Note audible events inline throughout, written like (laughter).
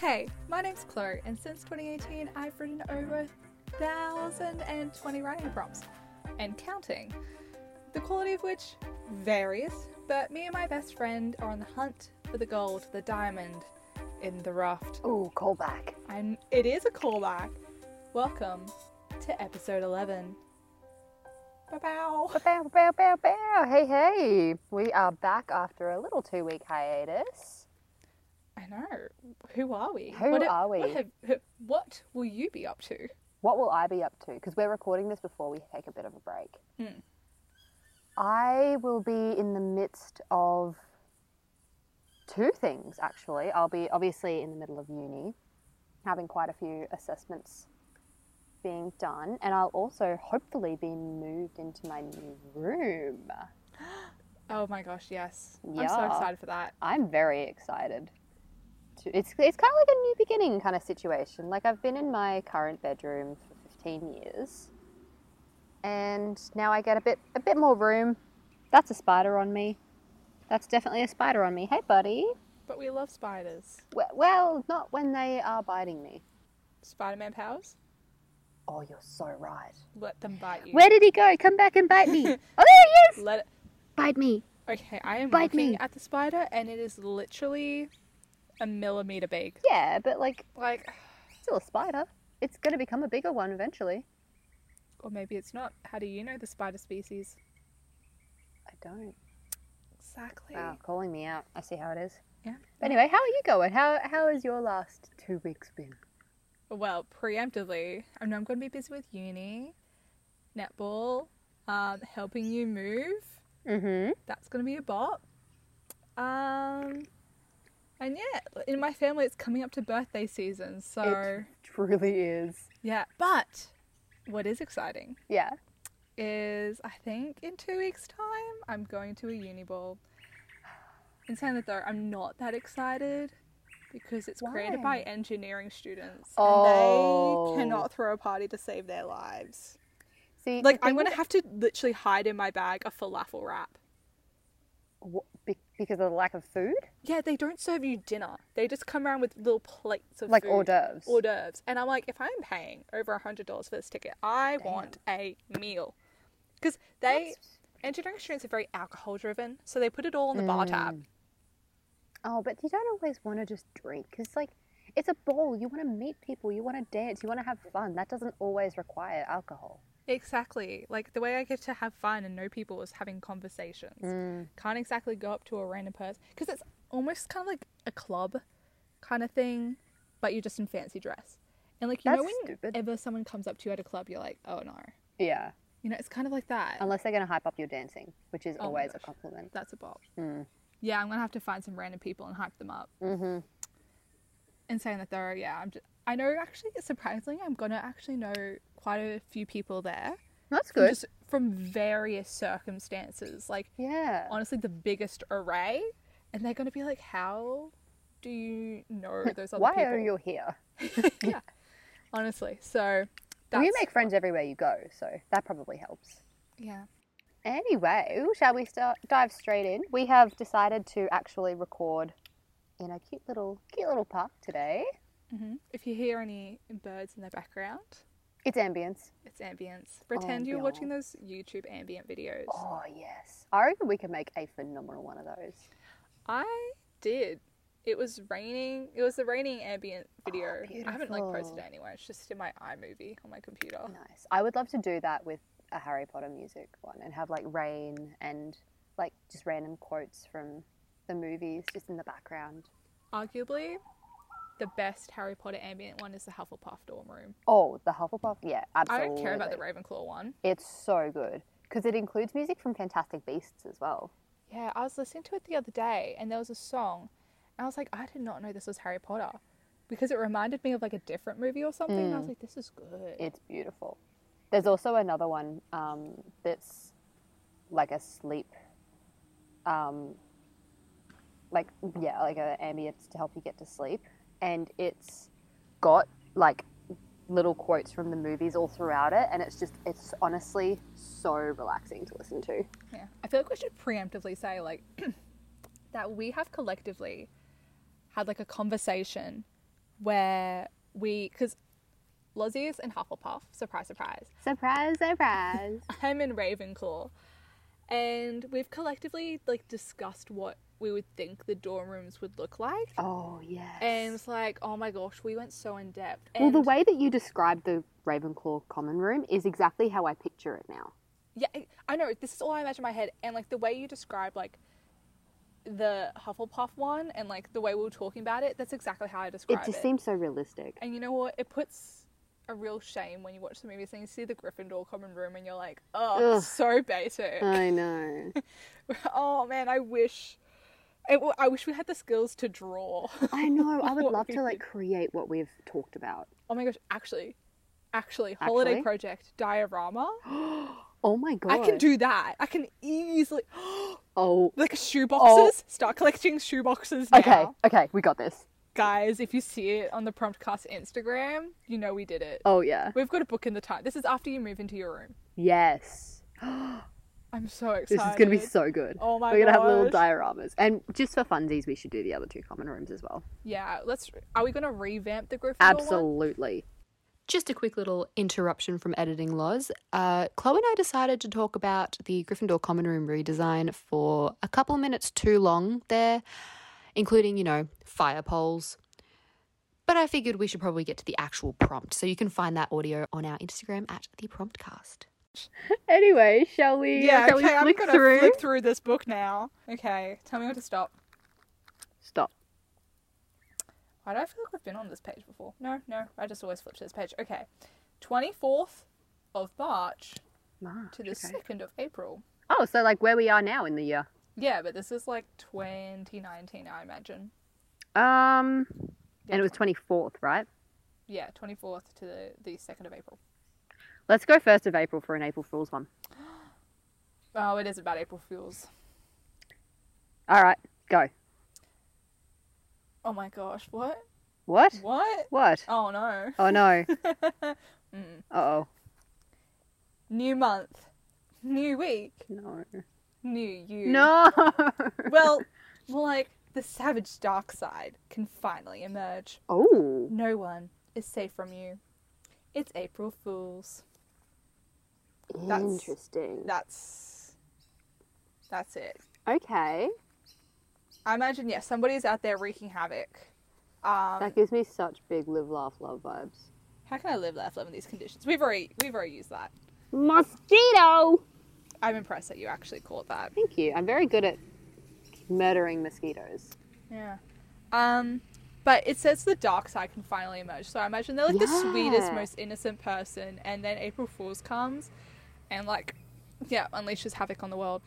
Hey, my name's Chloe, and since 2018, I've written over 1,020 writing prompts and counting, the quality of which varies, but me and my best friend are on the hunt for the gold, the diamond in the raft. Ooh, callback. And it is a callback. Welcome to episode 11. Bow Bow, bow, bow, bow. Hey, hey. We are back after a little two week hiatus. I know. Who are we? Who are we? What, have- what will you be up to? What will I be up to? Because we're recording this before we take a bit of a break. Hmm. I will be in the midst of two things, actually. I'll be obviously in the middle of uni, having quite a few assessments being done, and I'll also hopefully be moved into my new room. Oh my gosh, yes. I'm so Yeah. excited for that. I'm very excited. To, it's it's kind of like a new beginning kind of situation. Like I've been in my current bedroom for 15 years, and now I get a bit a bit more room. That's a spider on me. That's definitely a spider on me. Hey, buddy. But we love spiders. Well, well not when they are biting me. Spider Man powers? Oh, you're so right. Let them bite you. Where did he go? Come back and bite me. oh, there he is. Let it. Bite me. Okay, I am Bite looking me. at the spider and it is literally a millimeter big. Yeah, but like Like, still a spider. It's gonna become a bigger one eventually. or maybe it's not. How do you know the spider species? I don't. Exactly. Wow, calling me out. I see how it is. Yeah. But anyway, how are you going? How how has your last two weeks been? Well, preemptively, I know I'm going to be busy with uni, netball, um, helping you move. Mm-hmm. That's going to be a bop. Um, and yeah, in my family, it's coming up to birthday season, so. (laughs) Truly is. Yeah, but what is exciting Yeah. is I think in two weeks' time I'm going to a uni ball. In saying that though, I'm not that excited because it's created by Why? engineering students Oh. and they cannot throw a party to save their lives. See, Like I'm gonna have to literally hide in my bag a falafel wrap. have because of the lack of food, Yeah, they don't serve you dinner. They just come around with little plates of like food. hors d'oeuvres. hors d'oeuvres. And I'm like, if I'm paying over a hundred dollars for this ticket, I want a meal. Because they That's- engineering students are very alcohol driven, so they put it all on the bar Mm. tab. Oh, but you don't always want to just drink because like it's a ball. You want to meet people. You want to dance. You want to have fun. That doesn't always require alcohol. Exactly. Like the way I get to have fun and know people is having conversations. Mm. Can't exactly go up to a random person because it's almost kind of like a club kind of thing, but you're just in fancy dress. And like you know That's when stupid. ever someone comes up to you at a club, you're like, oh no. Yeah. You know, it's kind of like that. Unless they're gonna hype up your dancing, which is Oh my always a gosh. compliment. That's a bop. Mm. Yeah, I'm gonna have to find some random people and hype them up. Mm-hmm. And saying that though, yeah, I'm just, I know actually surprisingly, I'm gonna actually know quite a few people there. That's From good. Just from various circumstances, like yeah. honestly, the biggest array, and they're gonna be like, "How do you (laughs) know those other Why people?" are you here? yeah, honestly. So Well, that's you make friends everywhere you go, so that probably helps. yeah. Anyway, shall we start, dive straight in? We have decided to actually record in a cute little cute little park today. hmm If you hear any birds in the background, It's ambience. it's Oh, ambience. Pretend you're Ambiance. watching those YouTube ambient videos. Oh yes, I reckon we can make a phenomenal one of those. I did. It was raining. It was the raining ambient video. I haven't like posted beautiful. it anywhere. It's just in my iMovie on my computer. Nice. I would love to do that with a Harry Potter music one and have like rain and like just random quotes from the movies just in the background. Arguably, the best Harry Potter ambient one is the Hufflepuff dorm room. Oh, the Hufflepuff. Yeah, I absolutely. don't care about the Ravenclaw one. It's so good because it includes music from Fantastic Beasts as well. Yeah, I was listening to it the other day, and there was a song, and I was like, I did not know this was Harry Potter, because it reminded me of like a different movie or something. And I Mm. was like, this is good. It's beautiful. There's also another one um, that's like a sleep, um, like yeah, like an ambience to help you get to sleep, and it's got like little quotes from the movies all throughout it, and it's just it's honestly so relaxing to listen to. Yeah. I feel like we should preemptively say like (clears throat) that we have collectively had like a conversation where we because Lozzie's in Hufflepuff. Surprise, surprise. (laughs) Surprise, surprise. I'm in Ravenclaw, and we've collectively like discussed what we would think the dorm rooms would look like. (laughs) oh, yes. And it's like, oh my gosh, we went so in depth. well, And the way that you described the Ravenclaw common room is exactly how I picture it now. yeah, I- I know this is all I imagine in my head, and like the way you describe like the Hufflepuff one, and like the way we were talking about it, that's exactly how I describe it it. just seems so realistic. and you know what? It puts a real shame when you watch the movies and you see the Gryffindor common room, and you're like, oh, Ugh. so basic. I know. oh man, I wish. It, I wish we had the skills to draw. (laughs) I know. I would What love we to like (laughs) did. create what we've talked about. Oh my gosh, actually, actually, holiday Actually? project (gasps) diorama. Oh my god. I can do that. I can easily (gasps) Oh. like shoeboxes. Oh. Start collecting shoeboxes now, Okay. Okay. We got this. guys. If you see it on the Promptcast Instagram, you know we did it. Oh yeah. We've got a book in the time. This is after you move into your room. Yes. I'm so excited. This is gonna be so good. Oh my We're gonna have little gosh. dioramas, and just for funsies, we should do the other two common rooms as well. Yeah, let's. Are we gonna revamp the Gryffindor one? Absolutely. Just a quick little interruption from editing laws. Uh, Chloe and I decided to talk about the Gryffindor Common Room redesign for a couple of minutes too long there, including, you know, fire poles. But I figured we should probably get to the actual prompt. So you can find that audio on our Instagram at the promptcast. (laughs) Anyway, shall we? Yeah, shall okay, we I'm flick gonna through? flip through this book now. Okay, tell me when to stop. Stop. Why do I feel like we've been on this page before? No, no, I just always flip to this page. Okay, 24th of March March, to the Ah, okay. 2nd of April. Oh, so like where we are now in the year. Yeah, but this is like 2019, I imagine. Um, Yeah, and it was twenty fourth, right? Yeah, 24th to the, the 2nd of April. Let's go first of April for an April Fool's one. Oh, it is about April Fools. All right, go. Oh my gosh, what? What? What? What? Oh no. Oh no. Uh oh. New month, new week, No. new you. No. (laughs) Well, well, like the savage dark side can finally emerge. Oh. No one is safe from you. It's April Fools. That's- Interesting. That's that's it. Okay. I imagine yes, somebody's out there wreaking havoc. Um, That gives me such big live, laugh, love vibes. how can I live, laugh, love in these conditions? We've already we've already used that. Mosquito. I'm impressed that you actually caught that. Thank you. I'm very good at murdering mosquitoes. Yeah. Um, but it says the dark side can finally emerge. So I imagine they're like the sweetest, Yeah. most innocent person, and then April Fools comes, and like, yeah, unleashes havoc on the world.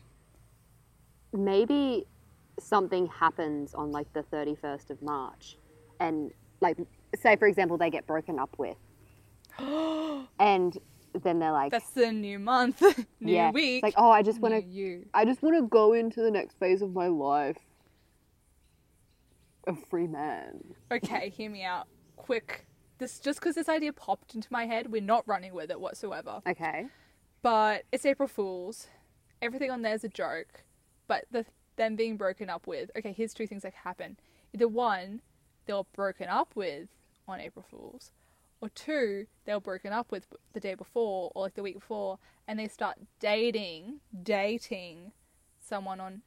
maybe something happens on like the 31st of March and like say for example they get broken up (gasps) with and then they're like That's the new month, (laughs) new yeah week. It's like oh I just want new to you. I just want to go into the next phase of my life a free man Okay, hear me out. Quick. This just because this idea popped into my head, we're not running with it whatsoever. okay But it's April Fools. Everything on there's a joke. But the them being broken up with. Okay, here's two things that happen. Either one, they were broken up with on April Fools, or two, they were broken up with the day before or like the week before, and they start dating, dating someone on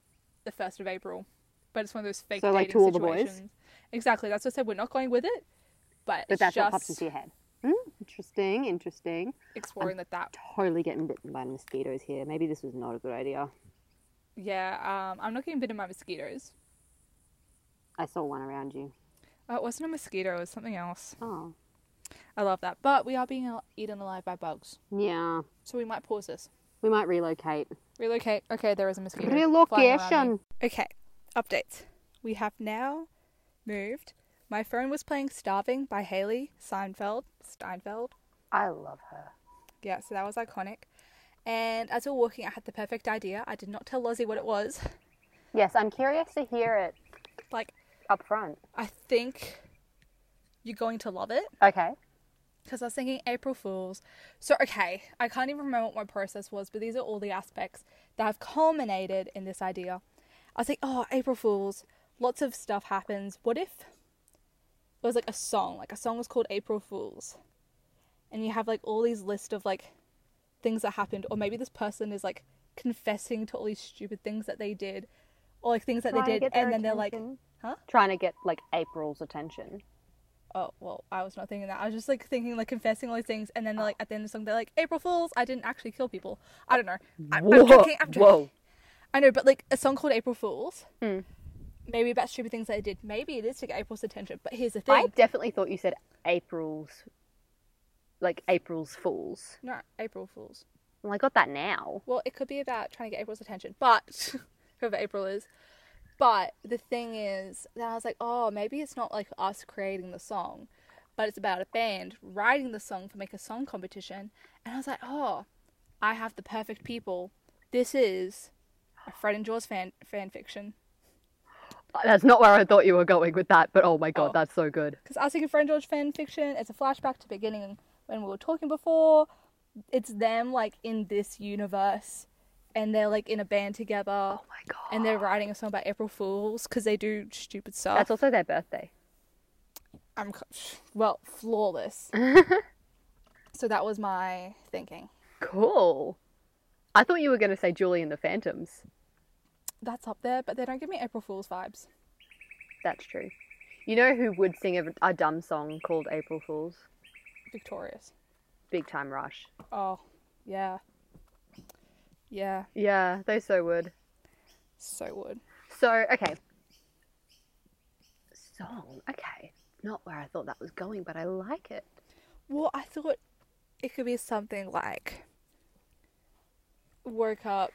the first of April. But it's one of those fake So, like, dating To All the Boys? situations. Exactly. That's what I said. We're not going with it. But, but it's that's just what pops into your head Hmm, interesting interesting exploring that that totally getting bitten by mosquitoes here maybe this was not a good idea yeah. Um, I'm not getting bitten by mosquitoes. I saw one around you Oh, it wasn't a mosquito, it was something else. oh I love that. But we are being al- eaten alive by bugs. yeah So we might pause this. we might relocate Relocate. Okay, there is a mosquito. flying around me. relocation Okay, updates. We have now moved. My phone was playing Starving by Haley Seinfeld. Steinfeld. I love her. Yeah, so that was iconic. And as we were walking, I had the perfect idea. I did not tell Lozzie what it was. Yes, I'm curious to hear it Like, up front. I think you're going to love it. Okay. because I was thinking April Fools. So, okay, I can't even remember what my process was, but these are all the aspects that have culminated in this idea. I was like, oh, April Fools, lots of stuff happens. What if there was like a song. Like a song was called April Fools. And you have like all these list of like things that happened, or maybe this person is like confessing to all these stupid things that they did, or like things that Trying to they did, get their and then they're like, attention. huh? Trying to get like April's attention. Oh well, I was not thinking that. I was just like thinking like confessing all these things, and then they're like at the end of the song they're like April Fools. I didn't actually kill people. I don't know. I, am joking. I'm joking. whoa. Hmm. I know, but like a song called April Fools. Maybe about stupid things that I did. Maybe it is to get April's attention. But here's the thing. I definitely thought you said April's, like April's fools. No, April Fools. Well, I got that now. Well, it could be about trying to get April's attention, but (laughs) whoever April is. But the thing is, then I was like, oh, maybe it's not like us creating the song, but it's about a band writing the song for make a song competition. And I was like, oh, I have the perfect people. This is a Fred and Jaws fan fan fiction. That's not where I thought you were going with that, but oh my god, Oh. that's so good. Because I was thinking Fred and George fan fiction, it's a flashback to beginning when we were talking before. It's them like in this universe, and they're like in a band together. Oh my god. And they're writing a song about April Fools because they do stupid stuff. That's also their birthday. I'm c- well (laughs) flawless. so that was my thinking. Cool. I thought you were going to say Julie and the Phantoms. That's up there, but they don't give me April Fools vibes. That's true. You know who would sing a, a dumb song called April Fools? Victorious. Big Time Rush. Oh, yeah, yeah. Yeah, they so would. So would. So, okay. Song. Okay. Not where I thought that was going, but I like it. Well, I thought it could be something like woke up.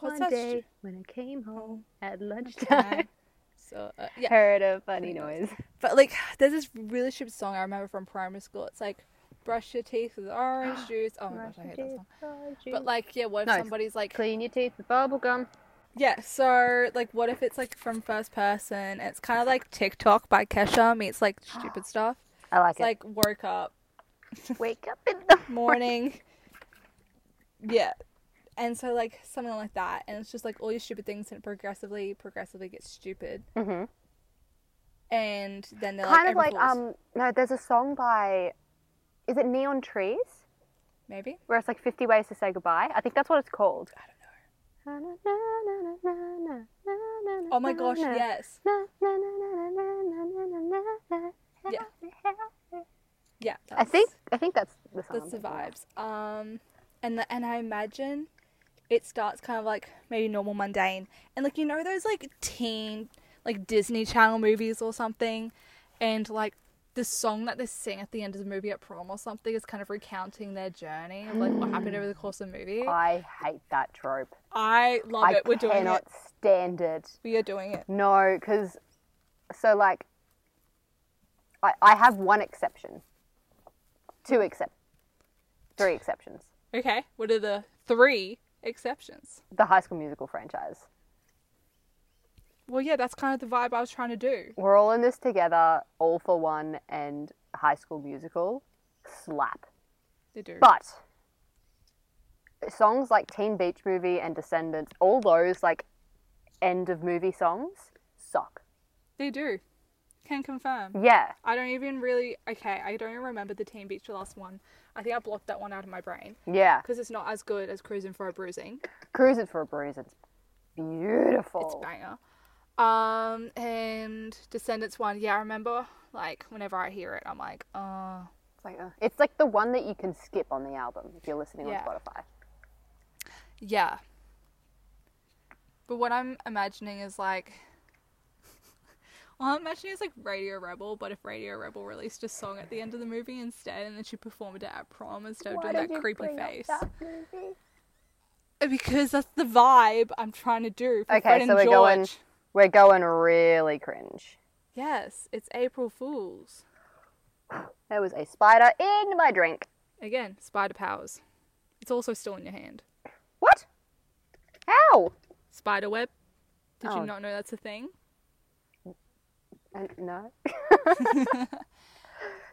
What's One that day stu- when I came home at (laughs) lunchtime, time? So uh, yeah, heard a funny Funny noise. (laughs) but like there's this really stupid song I remember from primary school. It's like brush your teeth with (gasps) orange juice. Oh my gosh, I hate that song. But like yeah, what if No, it's somebody's like clean your teeth with bubble gum. yeah? So like what if it's like from first person? and It's kind of like TikTok by Kesha meets like (gasps) stupid stuff. I like It's like (laughs) woke up. wake up in (laughs) the morning. yeah. And so like something like that. And it's just like all your stupid things and it progressively, progressively gets stupid. Mhm. And then they're kind of like, like April Fools. um no there's a song by is it neon trees maybe? where it's like 50 ways to say goodbye i think that's what it's called I don't know. oh Oh my gosh, yes. Yeah. Yeah. i that's- think i think that's the song that's the vibes. Um and the, and I imagine it starts kind of like maybe normal mundane. And like you know those like teen like Disney Channel movies or something and like the song that they sing at the end of the movie at prom or something is kind of recounting their journey of like what happened over the course of the movie. (gasps) i hate that trope I love i it. We're doing cannot it. stand it We are doing it. No, because so like I, I have one exception, two except three exceptions. Okay. What are the three exceptions? The High School Musical franchise. Well, yeah, that's kind of the vibe I was trying to do. We're all in this together, all for one, and High School Musical slap. They do. But songs like Teen Beach Movie and Descendants, all those like end of movie songs suck. they do. Can confirm. Yeah, I don't even really. Okay, I don't even remember the Teen Beach the last one. I think I blocked that one out of my brain yeah. because it's not as good as Cruising for a Bruising. Cruise It for a Bruise. It's beautiful. It's a banger. Um, and Descendants one. Yeah, I remember. Like whenever I hear it, I'm like, uh It's like, ugh. it's like the one that you can skip on the album if you're listening Yeah. on Spotify. yeah. But what I'm imagining is like. (laughs) Well, I'm imagining it's like Radio Rebel, but if Radio Rebel released a song at the end of the movie instead, and then she performed it at prom instead of doing that creepy face. Because that's the vibe I'm trying to do. For Okay, Fred and so we're George. going- We're going really cringe. Yes, it's April Fools. There was a spider in my drink. Again, spider powers. It's also still in your hand. What? How? Spider web. Did Oh. you not know that's a thing? And no. (laughs) (laughs)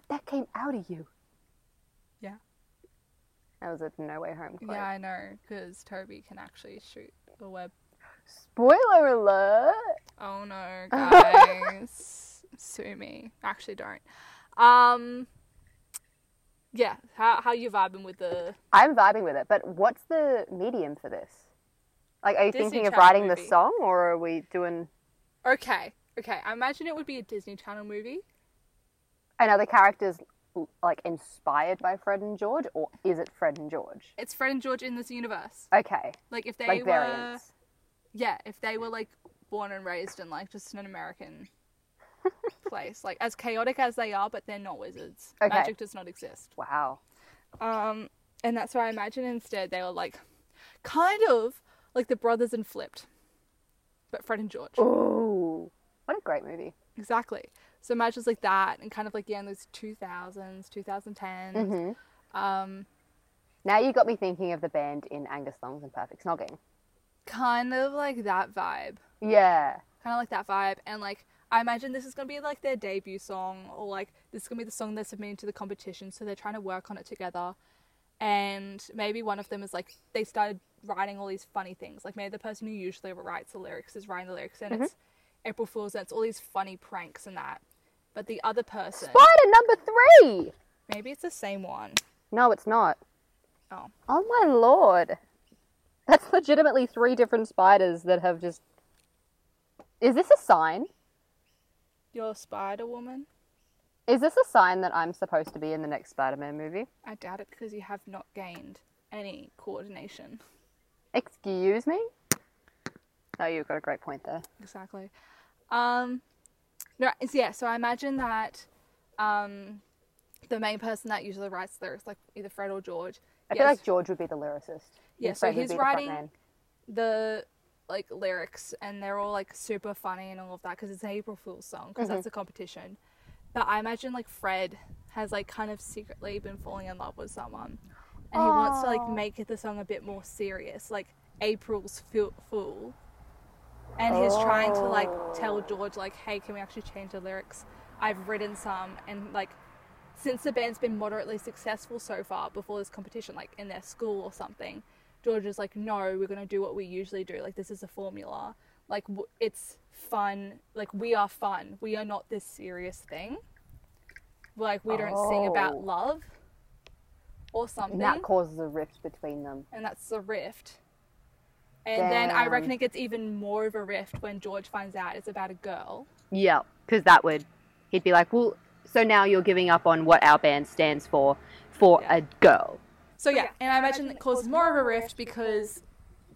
that came out of you. Yeah. That was a No Way Home quote. Yeah, I know, because Toby can actually shoot the web. Spoiler alert. (laughs) Oh no, guys. sue me. Actually, don't. Um, yeah, how how you vibing with the? I'm vibing with it, but what's the medium for this? Like, are you Disney thinking of Channel writing the movie. song, or are we doing Okay, okay. I imagine it would be a Disney Channel movie. and are the characters l- like inspired by Fred and George, or is it Fred and George? It's Fred and George in this universe. Okay, Like if they like were, variants. yeah, if they were like born and raised in like just an American place, like as chaotic as they are, but they're not wizards. Okay. Magic does not exist. Wow. Um, and that's why I imagine instead they were like, kind of like the brothers and flipped, but Fred and Oh. George. Ooh, what a great movie. Exactly. So matches like that, and kind of like yeah, in those two thousands, two Mm-hmm. um, Now you got me thinking of the band in Angus Thongs and Perfect Snogging. kind of like that vibe, Yeah. kind of like that vibe, and like I imagine this is gonna be like their debut song, or like this is gonna be the song they're submitting to the competition, so they're trying to work on it together, and maybe one of them is like they started writing all these funny things, like maybe the person who usually writes the lyrics is writing the lyrics, and it's April Fools, and it's all these funny pranks and that, but the other person, Spider number three. maybe it's the same one. No, it's not. Oh. Oh my lord. That's legitimately three different spiders that have just. Is this a sign? You're a Spider Woman? Is this a sign that I'm supposed to be in the next Spider Man movie? I doubt it because you have not gained any coordination. Excuse me? No, you've got a great point there. Exactly. Um, no, it's- yeah, so I imagine that um, the main person that usually writes lyrics, like either Fred or George, I feel yes, like George would be the lyricist. Yeah, and so Fred would he's be the front writing- man. the like lyrics and they're all like super funny and all of that because it's an April Fool's song Mm-hmm. because that's a competition. But I imagine like Fred has like kind of secretly been falling in love with someone, and he wants to like make the song a bit more serious, like April's Fo- Fool. And he's trying to like tell George like, hey, can we actually change the lyrics? I've written some and like. Since the band's been moderately successful so far before this competition, like in their school or something, George is like, no, we're going to do what we usually do. Like, this is a formula. Like, w- it's fun. Like, we are fun. We are not this serious thing. Like, we don't sing Oh. about love or something. And that causes a rift between them. and that's the rift. And then I Damn. reckon it gets even more of a rift when George finds out it's about a girl. Yeah, because that would. He'd be like, well, so now you're giving up on what our band stands for for a girl. So yeah, and I imagine it causes more of a rift because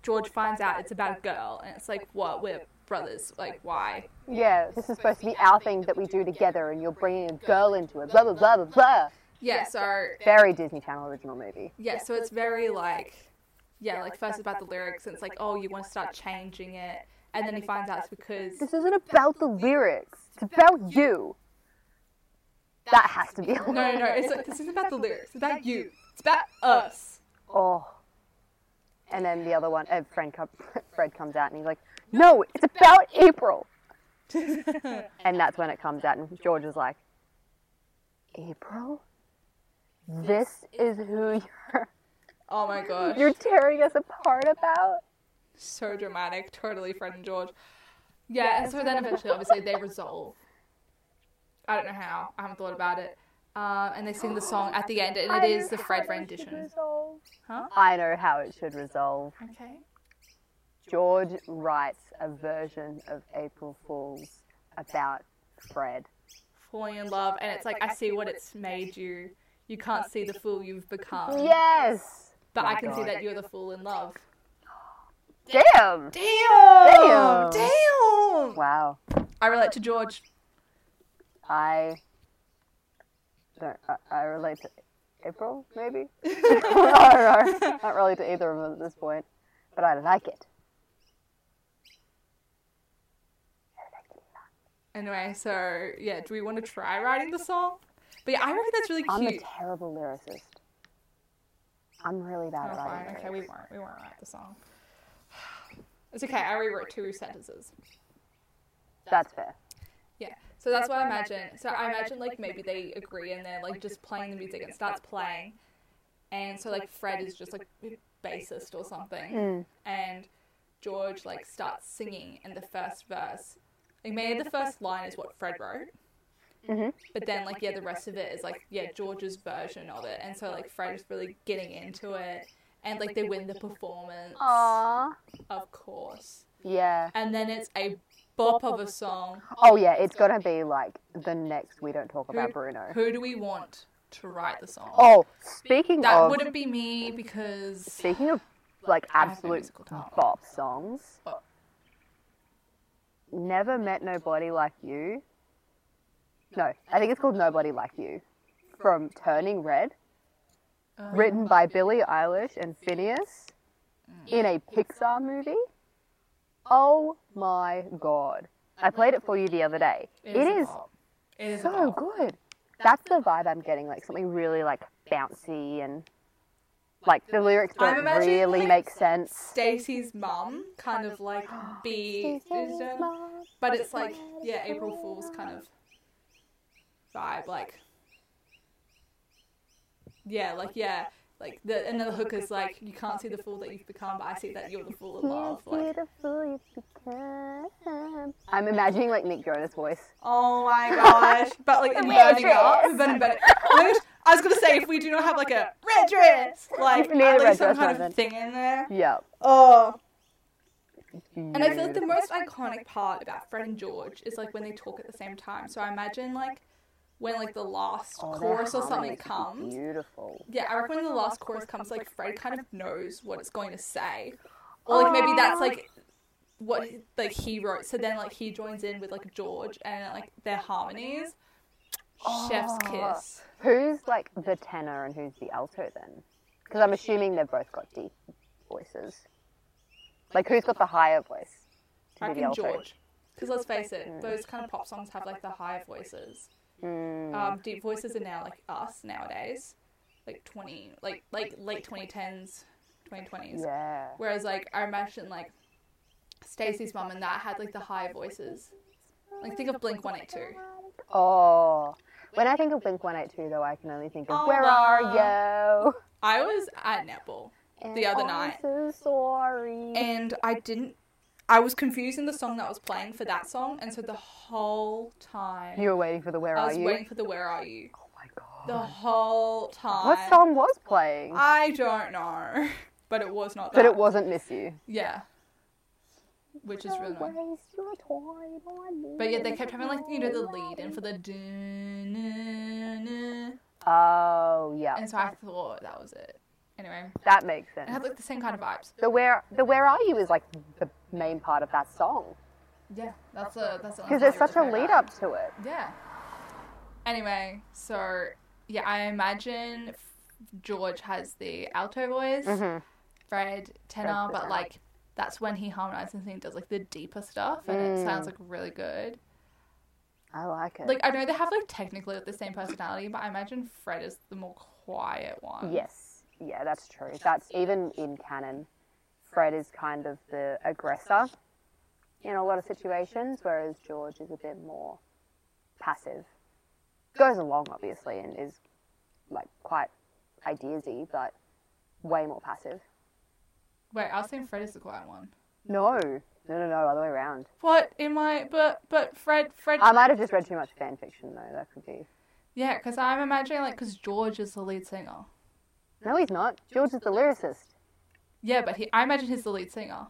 George finds out it's about a girl, and it's like, what? We're brothers. Like, why? Yeah, this is supposed to be our thing that we do together, and you're bringing a girl into it. Blah blah blah blah blah. Yeah. So Very Disney Channel original movie. yeah, so it's very like, yeah, like first about the lyrics, and it's like, oh, you want to start changing it, and then he finds out it's because This isn't about the lyrics. It's about you. That has to be. no, (laughs) no, no, it's like this isn't about the lyrics, it's about you, it's about us. (laughs) Oh. And then the other one, uh, Fred, com- (laughs) Fred comes out and he's like, "No, it's about (laughs) April." and that's when it comes out, and George is like, "April, this is who you're, (laughs) Oh my gosh, you're tearing us apart about." so dramatic, totally Fred and George. Yeah, and so then eventually, obviously, they resolve. I don't know how. I haven't thought about it. Um, and they sing the song at the end, and it is the Fred rendition. I know how it should resolve. Okay. George writes a version of April Fools about Fred. Falling in love, and it's like I see what it's made you. You can't see the fool you've become, Yes! but I can see God. that you're the fool in love. Damn! Damn! Damn. Damn! Wow. I relate to George. I. Don't, I, I relate to April, maybe? (laughs) I don't know. Not really to either of them at this point, but I like it. Anyway, so yeah, do we want to try writing the song? But yeah, I reckon that's really I'm a cute. terrible lyricist. I'm really bad Oh, at fine. writing Okay, we lyrics. won't. We won't write the song. (sighs) It's okay. I rewrote two sentences. That's fair. Yeah. So that's what I imagine. So I imagine like maybe they agree and they're like just playing the music and starts playing, and so like Fred is just like bassist or something, and George like starts singing in the first verse. Like maybe the first line is what Fred wrote, Mhm. But then, like, yeah, the rest of it is like, yeah, George's version of it. And so, like, Fred is really getting into it. And, like, they win the performance, Aww. of course. Yeah. And then it's a bop of a song. Oh yeah, it's gonna be like the next we don't talk about Bruno. Who do we want to write the song? Oh, speaking That of wouldn't be me because speaking of like I have no absolute musical talent. bop songs, Bop. never met nobody like you. No, I think it's called Nobody Like You, from Oh, Turning Red, written by Billie Eilish and Phineas, in a Pixar movie. Oh my god! I played it for you the other day. It a is bop. It is a so bop. good. That's the vibe I'm getting, like something really like bouncy and like the lyrics I'm don't imagining, really like, make sense. Stacey's mum kind of (gasps) like be, um, but it's like yeah, April Fool's kind of vibe, like yeah, like yeah, like the and then the hook is like you can't see the fool that you've become, but I see that you're the fool of love. Like Beautiful you become. I'm imagining like Nick Jonas' voice. oh my gosh, (laughs) but like in burning up, Beatrice. in burning, burning. I was- I was gonna say if we do not have like a (laughs) red dress, like We need a at red least some dress, kind Robin. of thing in there. Yeah. Oh. And I feel like the most beautiful. iconic part about Fred and George is like when they talk at the same time. So I imagine like when like the last Oh, their chorus or something harmonies comes. are Beautiful. Yeah, I reckon when the last chorus comes, like Fred kind of knows what it's going to say, or like maybe that's like what like he wrote. So then like he joins in with like George and like their Oh. harmonies. Chef's kiss. Who's like the tenor and who's the alto then? Because I'm assuming they've both got deep voices. Like who's got the higher voice? I be the reckon alto. George. Because let's face it, those kind of pop songs have like the higher voices. Hmm, Um, deep voices are now like us nowadays, like twenty, like like late twenty tens, twenty twenties. Yeah. Whereas like I imagine like Stacey's mum and that had like the higher voices. Like think of Blink One Eight Two. Oh. When I think of Blink 182, though, I can only think of Oh, Where no. Are You? I was at netball the other night, I'm so sorry. and I didn't. I was confusing the song that was playing for that song, and so the whole time you were waiting for the Where I Are was You? waiting for the "Where Are You." Oh my god. The whole time. What song was playing? I don't know, (laughs) but it was not that. but it wasn't Miss You. Yeah. Which is really annoying. Don't waste your time on me. But yeah, they kept having like you know the lead in for the dun-na-na. Oh, yeah. and so I thought that was it. Anyway, That makes it sense. had like the same kind of vibes. The Where the Where Are You is like the main part of that song Yeah, that's a that's because there's such a lead up to it. Yeah. Anyway, so yeah, I imagine f- George has the alto voice, Mm-hmm. Fred tenor, Fred's the but tenor. like that's when he harmonizes and he does like the deeper stuff, and it Mm. sounds like really good. I like it. Like I know they have like technically like, the same personality, but I imagine Fred is the more quiet one. Yes. Yeah, that's true. That's even in canon. Fred is kind of the aggressor in a lot of situations, whereas George is a bit more passive. Goes along, obviously, and is like quite ideasy, but way more passive. Wait, I was saying Fred is the quiet one. No, no, no, no, other way around. What am I? But but Fred Fred. I might have just read too much fan fiction, though. That could be. yeah, because I'm imagining like because George is the lead singer. No, he's not. George is the lyricist. Yeah, but he, I imagine he's the lead singer.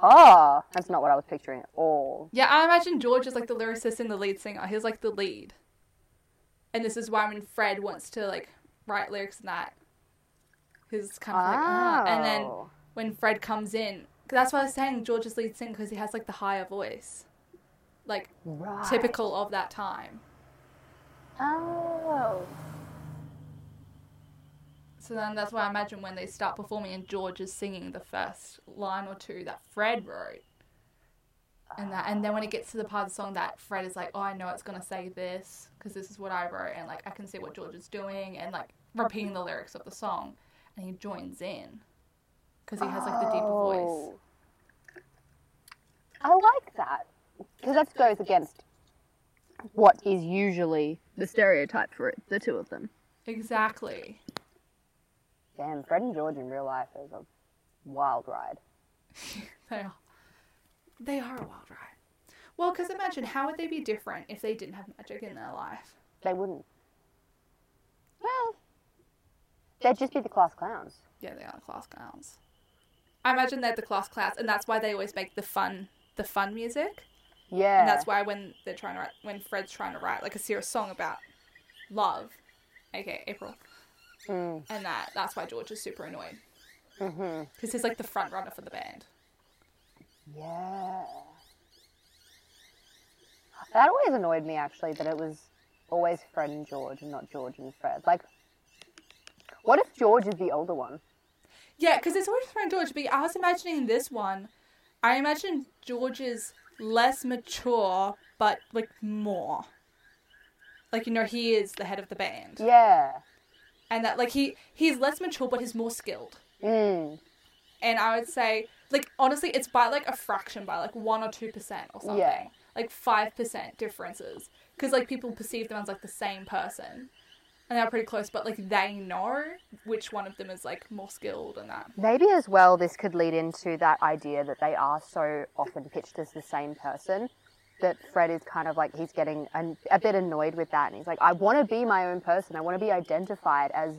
Oh, that's not what I was picturing at all. Yeah, I imagine George is like the lyricist and the lead singer. He's like the lead. And this is why when Fred wants to like write lyrics and that, he's kind of like, ah. and then Oh. when Fred comes in, 'cause that's why I was saying George is lead singer because he has like the higher voice, like Right. typical of that time. Oh. So then that's why I imagine when they start performing and George is singing the first line or two that Fred wrote. And that, and then when it gets to the part of the song that Fred is like, "Oh, I know it's gonna say this because this is what I wrote," and like I can see what George is doing and like repeating the lyrics of the song, and he joins in because he has like the deeper voice. Oh. I like that because that goes against what is usually the stereotype for it, the two of them. Exactly. Damn, Fred and George in real life is a wild ride. They are. They are a wild ride. Well, because imagine how would they be different if they didn't have magic in their life? They wouldn't. Well, they'd just be the class clowns. Yeah, they are class clowns. I imagine they're the class clowns, and that's why they always make the fun, the fun music. Yeah. And that's why when they're trying to write, when Fred's trying to write like a serious song about love, okay, April, Mm. Mm-hmm. and that that's why George is super annoyed because he's like the front runner for the band. Yeah. That always annoyed me actually that it was always Fred and George and not George and Fred. Like, what if George is the older one? Yeah, because it's always Fred and George. But I was imagining this one. I imagine George is less mature, but like more. Like you know, he is the head of the band, Yeah. and that like he he's less mature, but he's more skilled. Mm. and I would say like honestly it's by like a fraction by like one or two percent or something Yeah. like five percent differences because like people perceive them as like the same person and they're pretty close but like they know which one of them is like more skilled and that Maybe as well, this could lead into that idea that they are so often pitched as the same person that Fred is kind of like he's getting an, a bit annoyed with that, and he's like, I want to be my own person. I want to be identified as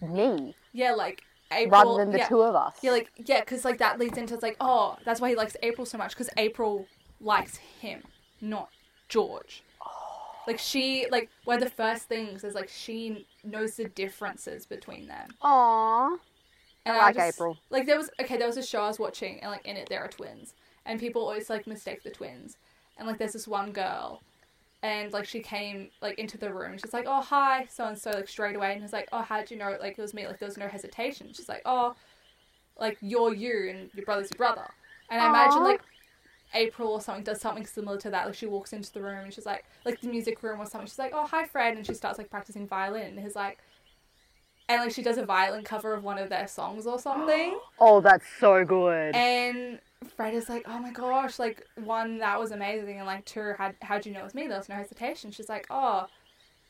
me yeah like April rather than the yeah, two of us. yeah like yeah because like that leads into it's like oh that's why he likes April so much because April likes him not George. Like she, like one of the first things is like she knows the differences between them. Aww. And I like April. Like there was okay, there was a show I was watching, and like in it there are twins, and people always like mistake the twins, and like there's this one girl, and like she came like into the room, she's like, oh hi, so and so, like straight away, and he's like, oh how would you know like it was me? Like there was no hesitation. She's like, oh, like you're you, and your brother's your brother, and I imagine Aw. like. April or something does something similar to that. Like she walks into the room and she's like, like the music room or something. She's like, "Oh, hi, Fred," and she starts like practicing violin. And he's like, and like she does a violin cover of one of their songs or something. Oh, that's so good. And Fred is like, "Oh my gosh!" Like one, that was amazing, and like two, how how'd you know it was me? There was no hesitation. She's like, "Oh,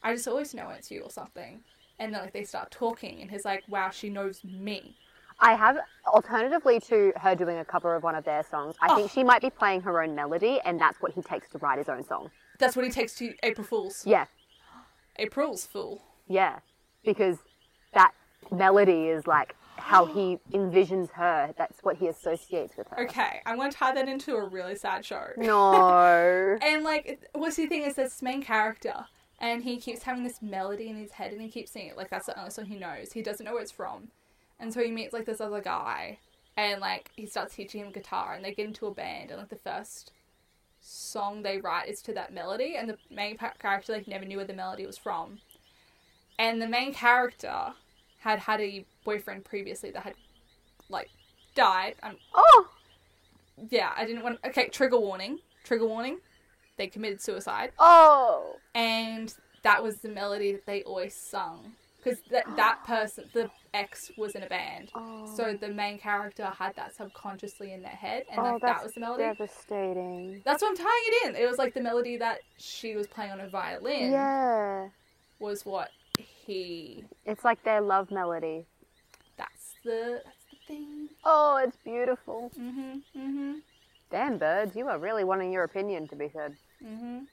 I just always know it's you or something." And then like they start talking, and he's like, "Wow, she knows me." I have, alternatively to her doing a cover of one of their songs, I Oh. think she might be playing her own melody, and that's what he takes to write his own song. That's what he takes to April Fools. Yeah, April's fool. yeah. Because that melody is like how he envisions her. That's what he associates with her. Okay, I'm gonna tie that into a really sad show. (laughs) No. And like, what's the thing is this main character, and he keeps having this melody in his head, and he keeps singing it like that's the only song he knows. He doesn't know where it's from, and so he meets like this other guy, and like he starts teaching him guitar, and they get into a band, and like the first song they write is to that melody, and the main pa- character like never knew where the melody was from, and the main character had had a boyfriend previously that had like died. um, I'm oh, yeah, I didn't want. Okay, trigger warning. Trigger warning. They committed suicide, oh. and that was the melody that they always sung. Because that that (gasps) person, the ex, was in a band, Oh, so the main character had that subconsciously in their head, Oh, and like, that was the melody. devastating. That's what I'm tying it in. It was like the melody that she was playing on a violin Yeah. was what he. It's like their love melody. That's the that's the thing. Oh, it's beautiful. Mhm. Mhm. Damn, birds, you are really wanting your opinion to be heard. Mhm.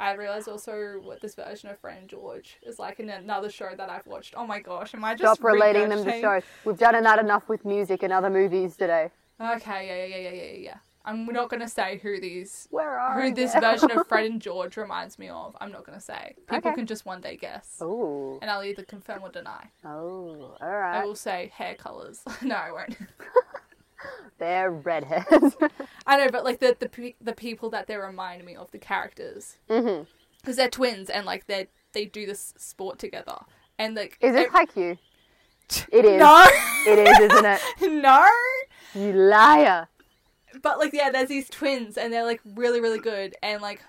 I realized also what this version of Friend George is like in another show that I've watched. Oh my gosh, am I just Stop relating them to regurgitating- shows. We've done it not enough with music and other movies today. Okay, yeah, yeah, yeah, yeah, yeah, yeah. I'm not gonna say who these Where are who this they? version of Fred and George reminds me of. I'm not gonna say. People Okay. can just one day guess, (laughs) Ooh. and I'll either confirm or deny. Oh, all I right. will say hair colors. (laughs) no, I won't. They're redheads. (laughs) I know, but like the the pe- the people that they remind me of the characters Mhm. because they're twins and like they they do this sport together and like Is this ev- (laughs) haiku? It is. no It is, isn't it? no (laughs) You liar. but like yeah there's these twins and they're like really really good and like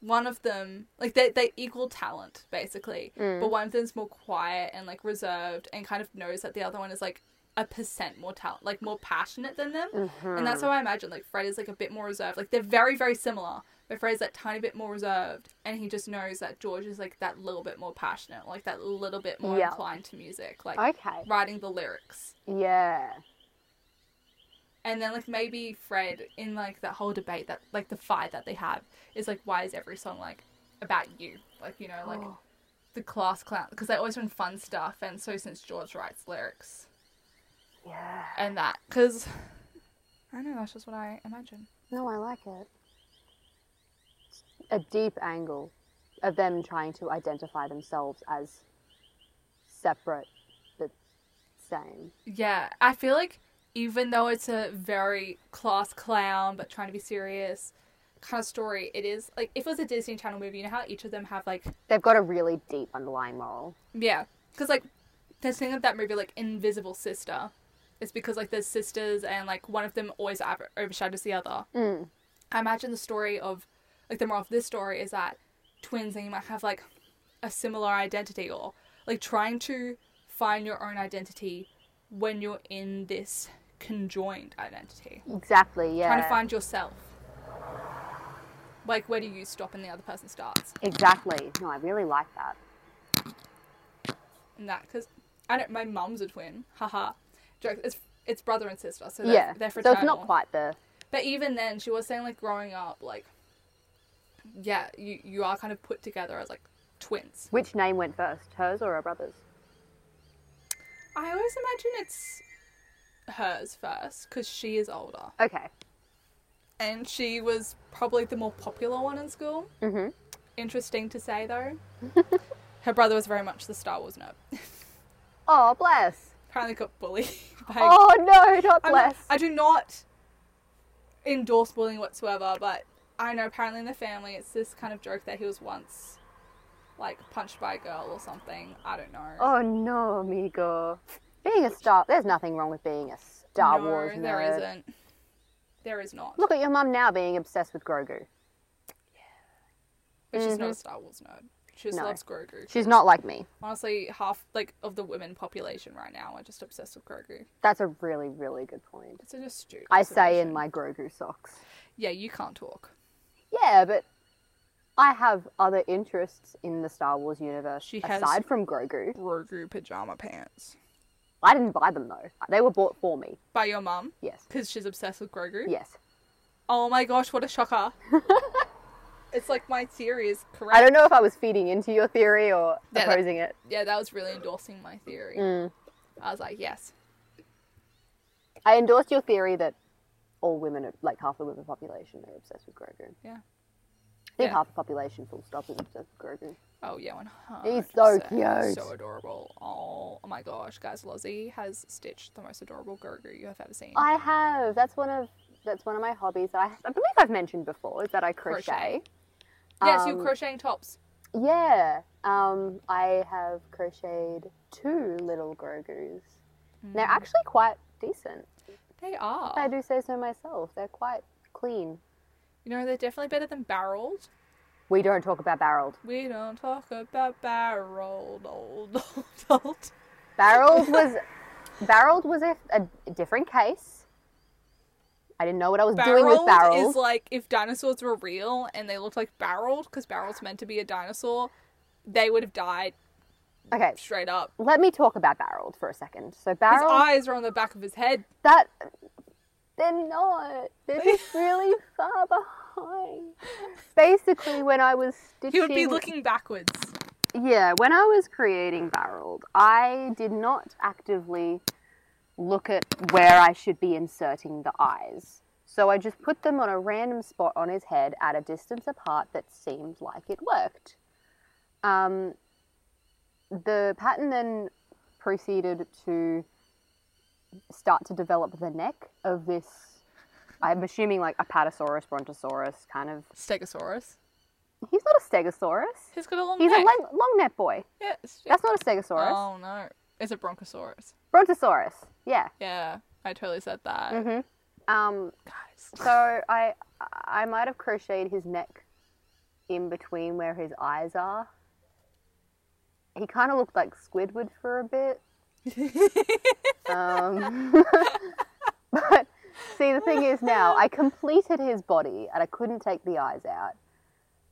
one of them like they they equal talent basically but one of them's more quiet and like reserved and kind of knows that the other one is like a percent more talent like more passionate than them and that's how i imagine like fred is like a bit more reserved like they're very very similar but fred's that tiny bit more reserved and he just knows that george is like that little bit more passionate like that little bit more Yeah. inclined to music like Okay. writing the lyrics Yeah. And then like maybe Fred in like that whole debate that like the fight that they have is like why is every song like about you? Like you know like the class clown because they always run fun stuff and so since George writes lyrics Yeah. and that because I don't know that's just what I imagine. No, I like it. A deep angle of them trying to identify themselves as separate but same. Yeah, I feel like even though it's a very class clown but trying to be serious kind of story, it is like if it was a Disney Channel movie, you know how each of them have like They've got a really deep underlying moral. yeah, because like the thing of that movie like Invisible Sister, it's because like there's sisters and like one of them always over- overshadows the other. Mm. I imagine the story of like the moral of this story is that twins and you might have like a similar identity or like trying to find your own identity when you're in this conjoined identity. Exactly, yeah. Trying to find yourself. Like where do you stop and the other person starts exactly. No, I really like that. and that because I don't my mum's a twin. Haha. Joke it's it's brother and sister, so they're, yeah. they're so fraternal. it's not quite the But even then, she was saying like growing up, like yeah, you you are kind of put together as like twins. which name went first, hers or her brother's? I always imagine it's hers first because she is older Okay. and she was probably the more popular one in school. Mhm. Interesting to say though. (laughs) her brother was very much the Star Wars nerd. (laughs) Oh bless. Apparently got bullied (laughs) by oh no, not I'm- bless. I do not endorse bullying whatsoever, but I know apparently in the family it's this kind of joke that he was once like punched by a girl or something. I don't know. Oh no, amigo. Being a star, there's nothing wrong with being a Star no, Wars nerd. there isn't. There is not. Look at your mum now being obsessed with Grogu. But she's not a Star Wars nerd. She just Mm-hmm. No. loves Grogu. She's not like me. Honestly, half like of the women population right now are just obsessed with Grogu. That's a really, really good point. It's an astute. I say in observation. my Grogu socks. yeah, you can't talk. Yeah, but I have other interests in the Star Wars universe She has- aside from Grogu. Grogu pajama pants I didn't buy them though. They were bought for me. by your mum Yes. because she's obsessed with Grogu. Yes. Oh my gosh, what a (laughs) shocker. it's like my theory is correct. I don't know if I was feeding into your theory or Yeah, that- opposing it. Yeah, that was really endorsing my theory. Mm. I was like, yes. I endorsed your theory that all women, are, like half the women population, are obsessed with Grogu. Yeah. I think Yeah. half the population, full stop, is obsessed with Grogu. Oh yeah, one hundred. He's so cute. So adorable. Oh, oh my gosh, guys, Lozzie has stitched the most adorable Grogu you have ever seen. I have. That's one of that's one of my hobbies that I, I believe I've mentioned before is that I crochet. yes, you're um, crocheting tops. Yeah. Um, I have crocheted two little Grogu's. Hmm. And They're actually quite decent. They are. I do say so myself. They're quite clean. You know, they're definitely better than barreled. We don't talk about barreled. We don't talk about barreled (laughs) old old old. Barreled was barreled was a, a different case. I didn't know what I was doing with barreled. is like if dinosaurs were real and they looked like barreled because barrel's meant to be a dinosaur they would have died okay, straight up let me talk about barreled for a second. So his barreled eyes are on the back of his head That they're not. They're (laughs) just really far behind. Basically, when I was stitching, he would be looking backwards Yeah, when I was creating barreled, I did not actively look at where I should be inserting the eyes. So I just put them on a random spot on his head at a distance apart that seemed like it worked. Um, the pattern then proceeded to start to develop the neck of this, I'm assuming like Apatosaurus, Brontosaurus kind of. stegosaurus He's not a Stegosaurus. he's got a long He's neck a leg- long neck boy. yeah, it's- That's not a Stegosaurus. oh no it's a bronchosaurus Brontosaurus. Yeah. yeah i totally said that Um, guys so I I might have crocheted his neck in between where his eyes are. He kind of looked like Squidward for (laughs) a bit. um, (laughs) but see, the thing is now I completed his body and I couldn't take the eyes out.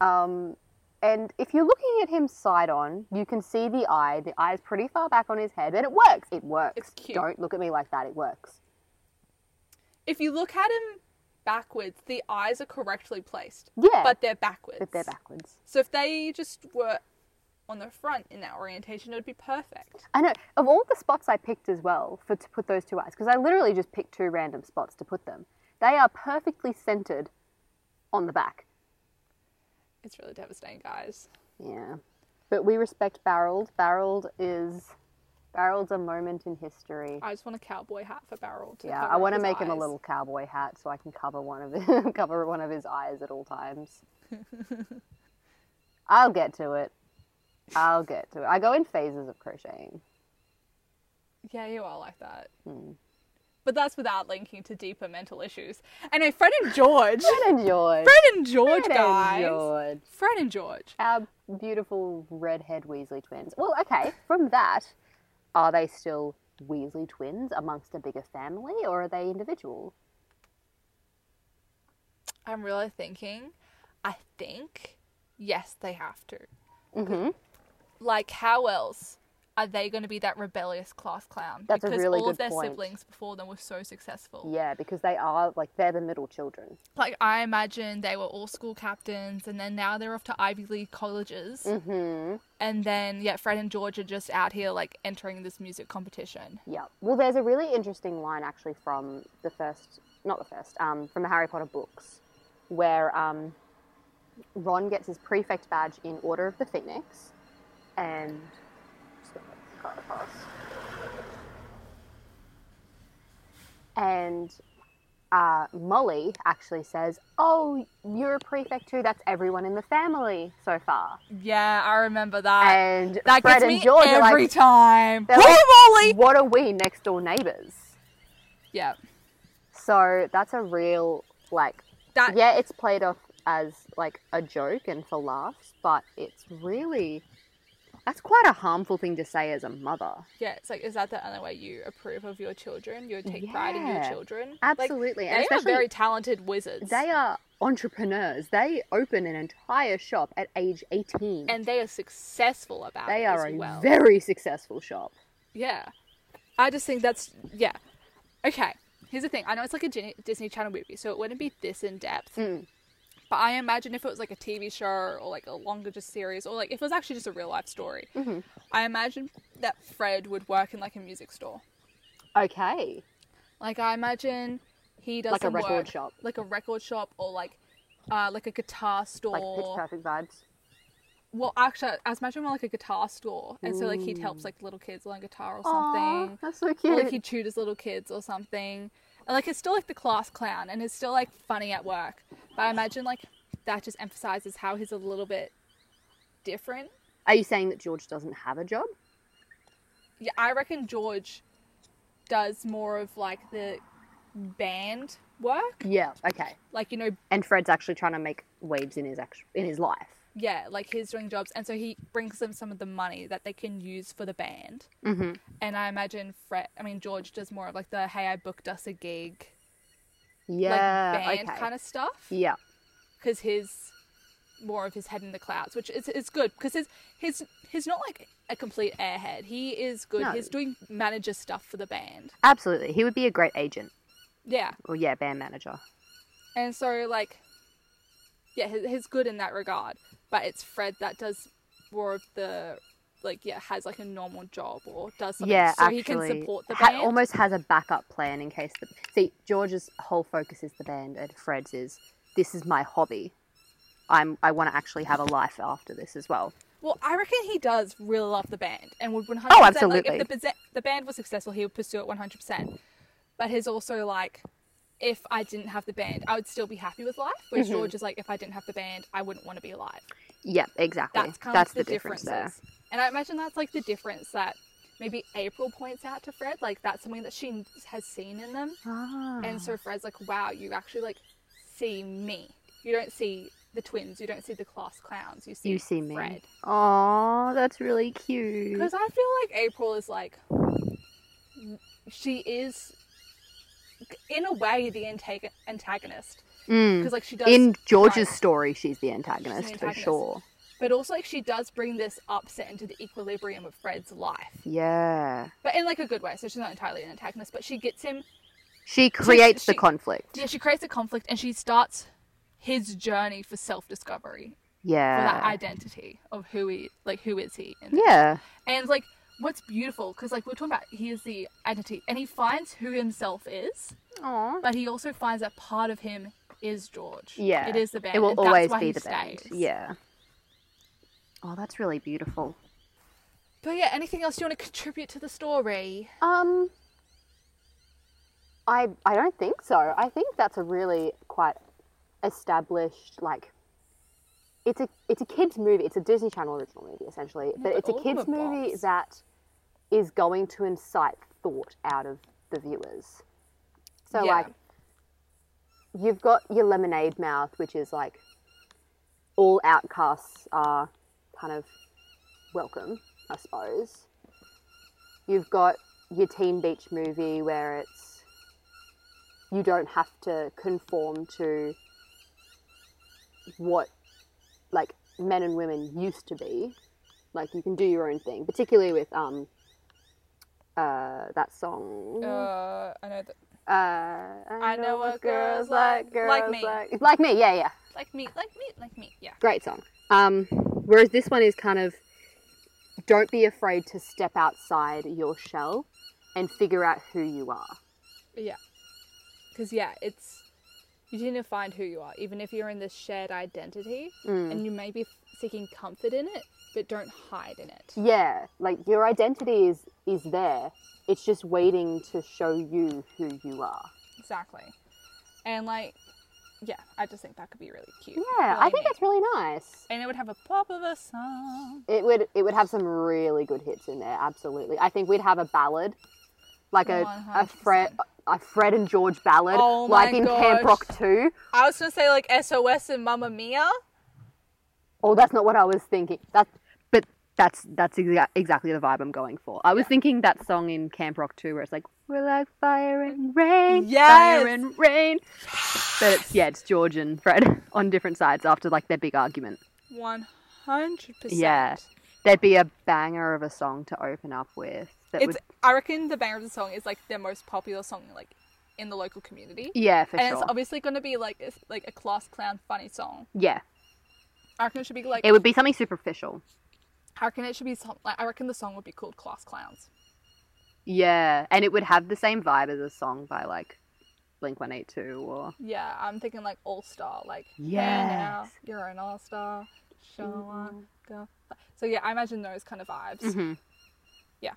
Um, and if you're looking at him side on, you can see the eye. The eye's pretty far back on his head, and it works. It works. It's cute. Don't look at me like that. It works. If you look at him backwards, the eyes are correctly placed, Yeah, but they're backwards. but they're backwards. So if they just were on the front in that orientation, it would be perfect. I know. Of all the spots I picked as well for to put those two eyes, because I literally just picked two random spots to put them. They are perfectly centered on the back. It's really devastating, guys. Yeah. But we respect Barreled. Barreled is Barreled's a moment in history. I just want a cowboy hat for Barrel. To yeah, cover I up want to his make him a eyes. little cowboy hat so I can cover one of his, (laughs) cover one of his eyes at all (laughs) times. I'll get to it. I'll get to it. I go in phases of (laughs) crocheting. Yeah, you are like that. Hmm. But that's without linking to deeper mental issues. Anyway, Fred and (laughs) George. Fred and George. Fred and George, Fred and guys. George. Fred and George. Our beautiful redhead Weasley twins. Well, okay, from that, are they still Weasley twins amongst a bigger family or are they individual? I'm really thinking. I think, yes, they have to. Mm-hmm. Like, how else are they going to be that rebellious class clown? That's a because really all of good their point. siblings before them were so successful. Yeah, because they are like they're the middle children. Like, I imagine they were all school captains, and then now they're off to Ivy League colleges. Mm-hmm. And then, yeah, Fred and George are just out here, like, entering this music competition. Yeah. Well, there's a really interesting line actually from the first, not the first, um, from the Harry Potter books, where um, Ron gets his prefect badge in Order of the Phoenix, and just gonna let the car pass. and uh, Molly actually says, "Oh, you're a prefect too. That's everyone in the family so far." Yeah, I remember that. And that Fred gets and me George are every like, time. They're Who's like- a Molly? "What are we next door neighbors?" Yeah, So that's a real like that yeah, it's played off as like a joke and for laughs, but it's really that's quite a harmful thing to say as a mother. Yeah, it's like, is that the only way you approve of your children? You take pride in your Yeah, children? Absolutely. Like, and they are especially very talented wizards. they are entrepreneurs. They open an entire shop at age 18. and they are successful about it they are as a well. very successful shop. yeah. I just think that's, yeah. Okay, here's the thing. I know it's like a Gin- Disney Channel movie, so it wouldn't be this in depth. Mm. But I imagine if it was like a TV show or like a longer just series or like if it was actually just a real life story, Mm-hmm. I imagine that Fred would work in like a music store. Okay. Like I imagine he does Like a some record work- shop. like a record shop, or like uh, like a guitar store. Like pitch perfect vibes. well, actually, I was imagining more like a guitar store, and so like he helps like little kids learn guitar or something, Aw, that's so or cute. like he tutors little kids or something. And, like he's still like the class clown, and he's still like funny at work. But I imagine like that just emphasizes how he's a little bit different. Are you saying that George doesn't have a job? Yeah, I reckon George does more of like the band work, Yeah, okay. like you know And Fred's actually trying to make waves in his act- in his life. yeah, like he's doing jobs, and so he brings them some of the money that they can use for the band. Mm-hmm. And I imagine Fred, I mean George, does more of like the "Hey, I booked us a gig" Yeah. like band okay. kind of stuff, Yeah. because his more of his head in the clouds, which is it's good because his his he's not like a complete airhead. He is good. No. He's doing manager stuff for the band. Absolutely. He would be a great agent. Yeah, Or yeah, band manager. and so like, yeah, he- he's good in that regard. But it's Fred that does more of the like yeah has like a normal job or does something yeah, so actually. he can support the ha- band. almost has a backup plan in case the See, George's whole focus is the band and Fred's is this is my hobby. I'm I want to actually have a life after this as well. Well, I reckon he does really love the band and would 100%. Oh, Like, absolutely. if the, bese- the band was successful, he would pursue it 100%. But he's also like, if I didn't have the band, I would still be happy with life. Whereas George is like, if I didn't have the band, I wouldn't want to be alive. Yeah, exactly. That's kind of the, difference there. And I imagine that's like the difference that maybe April points out to Fred. Like, that's something that she has seen in them. there. Ah. And so Fred's like, wow, you actually like see me. You don't see the twins. You don't see the class clowns. You see, you see me. Fred. Aw, that's really cute. Because I feel like April is like, she is, in a way, the antag- antagonist. Mm. Because like she does, In George's try- story, she's the antagonist, for antagonist. sure. but also like she does bring this upset into the equilibrium of Fred's life, Yeah. but in like a good way. So she's not entirely an antagonist, but she gets him She creates the she- conflict. Yeah, she creates a conflict and she starts his journey for self discovery, for Yeah. that identity of who he like who is he and yeah. and like what's beautiful because like we're talking about he is the identity and he finds who himself is Aww. but he also finds that part of him is George. Yeah. It is the band. It will and that's always why be he the band. stays. Yeah. Oh, that's really beautiful. But yeah, anything else you want to contribute to the story? Um, I I don't think so. I think that's a really quite established like. It's a it's a kids movie. It's a Disney Channel original movie essentially, but, but it's a all of them kids are movie bombs. that is going to incite thought out of the viewers. So Yeah. like, you've got your lemonade mouth, which is like, all outcasts are kind of welcome, I suppose. You've got your Teen Beach movie where it's you don't have to conform to what like men and women used to be. Like you can do your own thing, particularly with um uh that song. Uh, I know that. Uh, I, know what girls like- like me. like. Like me, yeah, yeah. Like me, like me, like me. Yeah. Great song. Um, whereas this one is kind of don't be afraid to step outside your shell and figure out who you are. Yeah. Because, yeah, it's. You need to find who you are, even if you're in this shared identity Mm. and you may be seeking comfort in it, but don't hide in it. Yeah, like your identity is is there. It's just waiting to show you who you are. Exactly. And, like, yeah, I just think that could be really cute. Yeah, I think neat. that's really nice. And it would have a pop of a song. It would it would have some really good hits in there. Absolutely, I think we'd have a ballad, like a a Fred 100%. a Fred and George ballad, Oh my like in Camp gosh. Rock Two. I was going to say, like, SOS and Mamma Mia. Oh, that's not what I was thinking. That's but that's that's exa- exactly the vibe I'm going for. I was thinking that song in Camp Rock 2 where it's like we're like fire and rain, Yes! fire and rain. But it's yeah, it's George and Fred (laughs) on different sides after like their big argument. One hundred percent. Yeah, there'd be a banger of a song to open up with. That It's. would, I reckon the banger of the song is like their most popular song, like in the local community, yeah, for and sure. it's obviously going to be like it's like a class clown funny song. yeah, I reckon it should be like. it would be something superficial. I reckon it should be some, like. I reckon the song would be called Class Clowns. Yeah, and it would have the same vibe as a song by like Blink One Eight Two or Yeah, I'm thinking like All Star, like yeah, Yes. Mm-hmm. now you're an All Star, show on, go. So yeah, I imagine those kind of vibes. Yeah.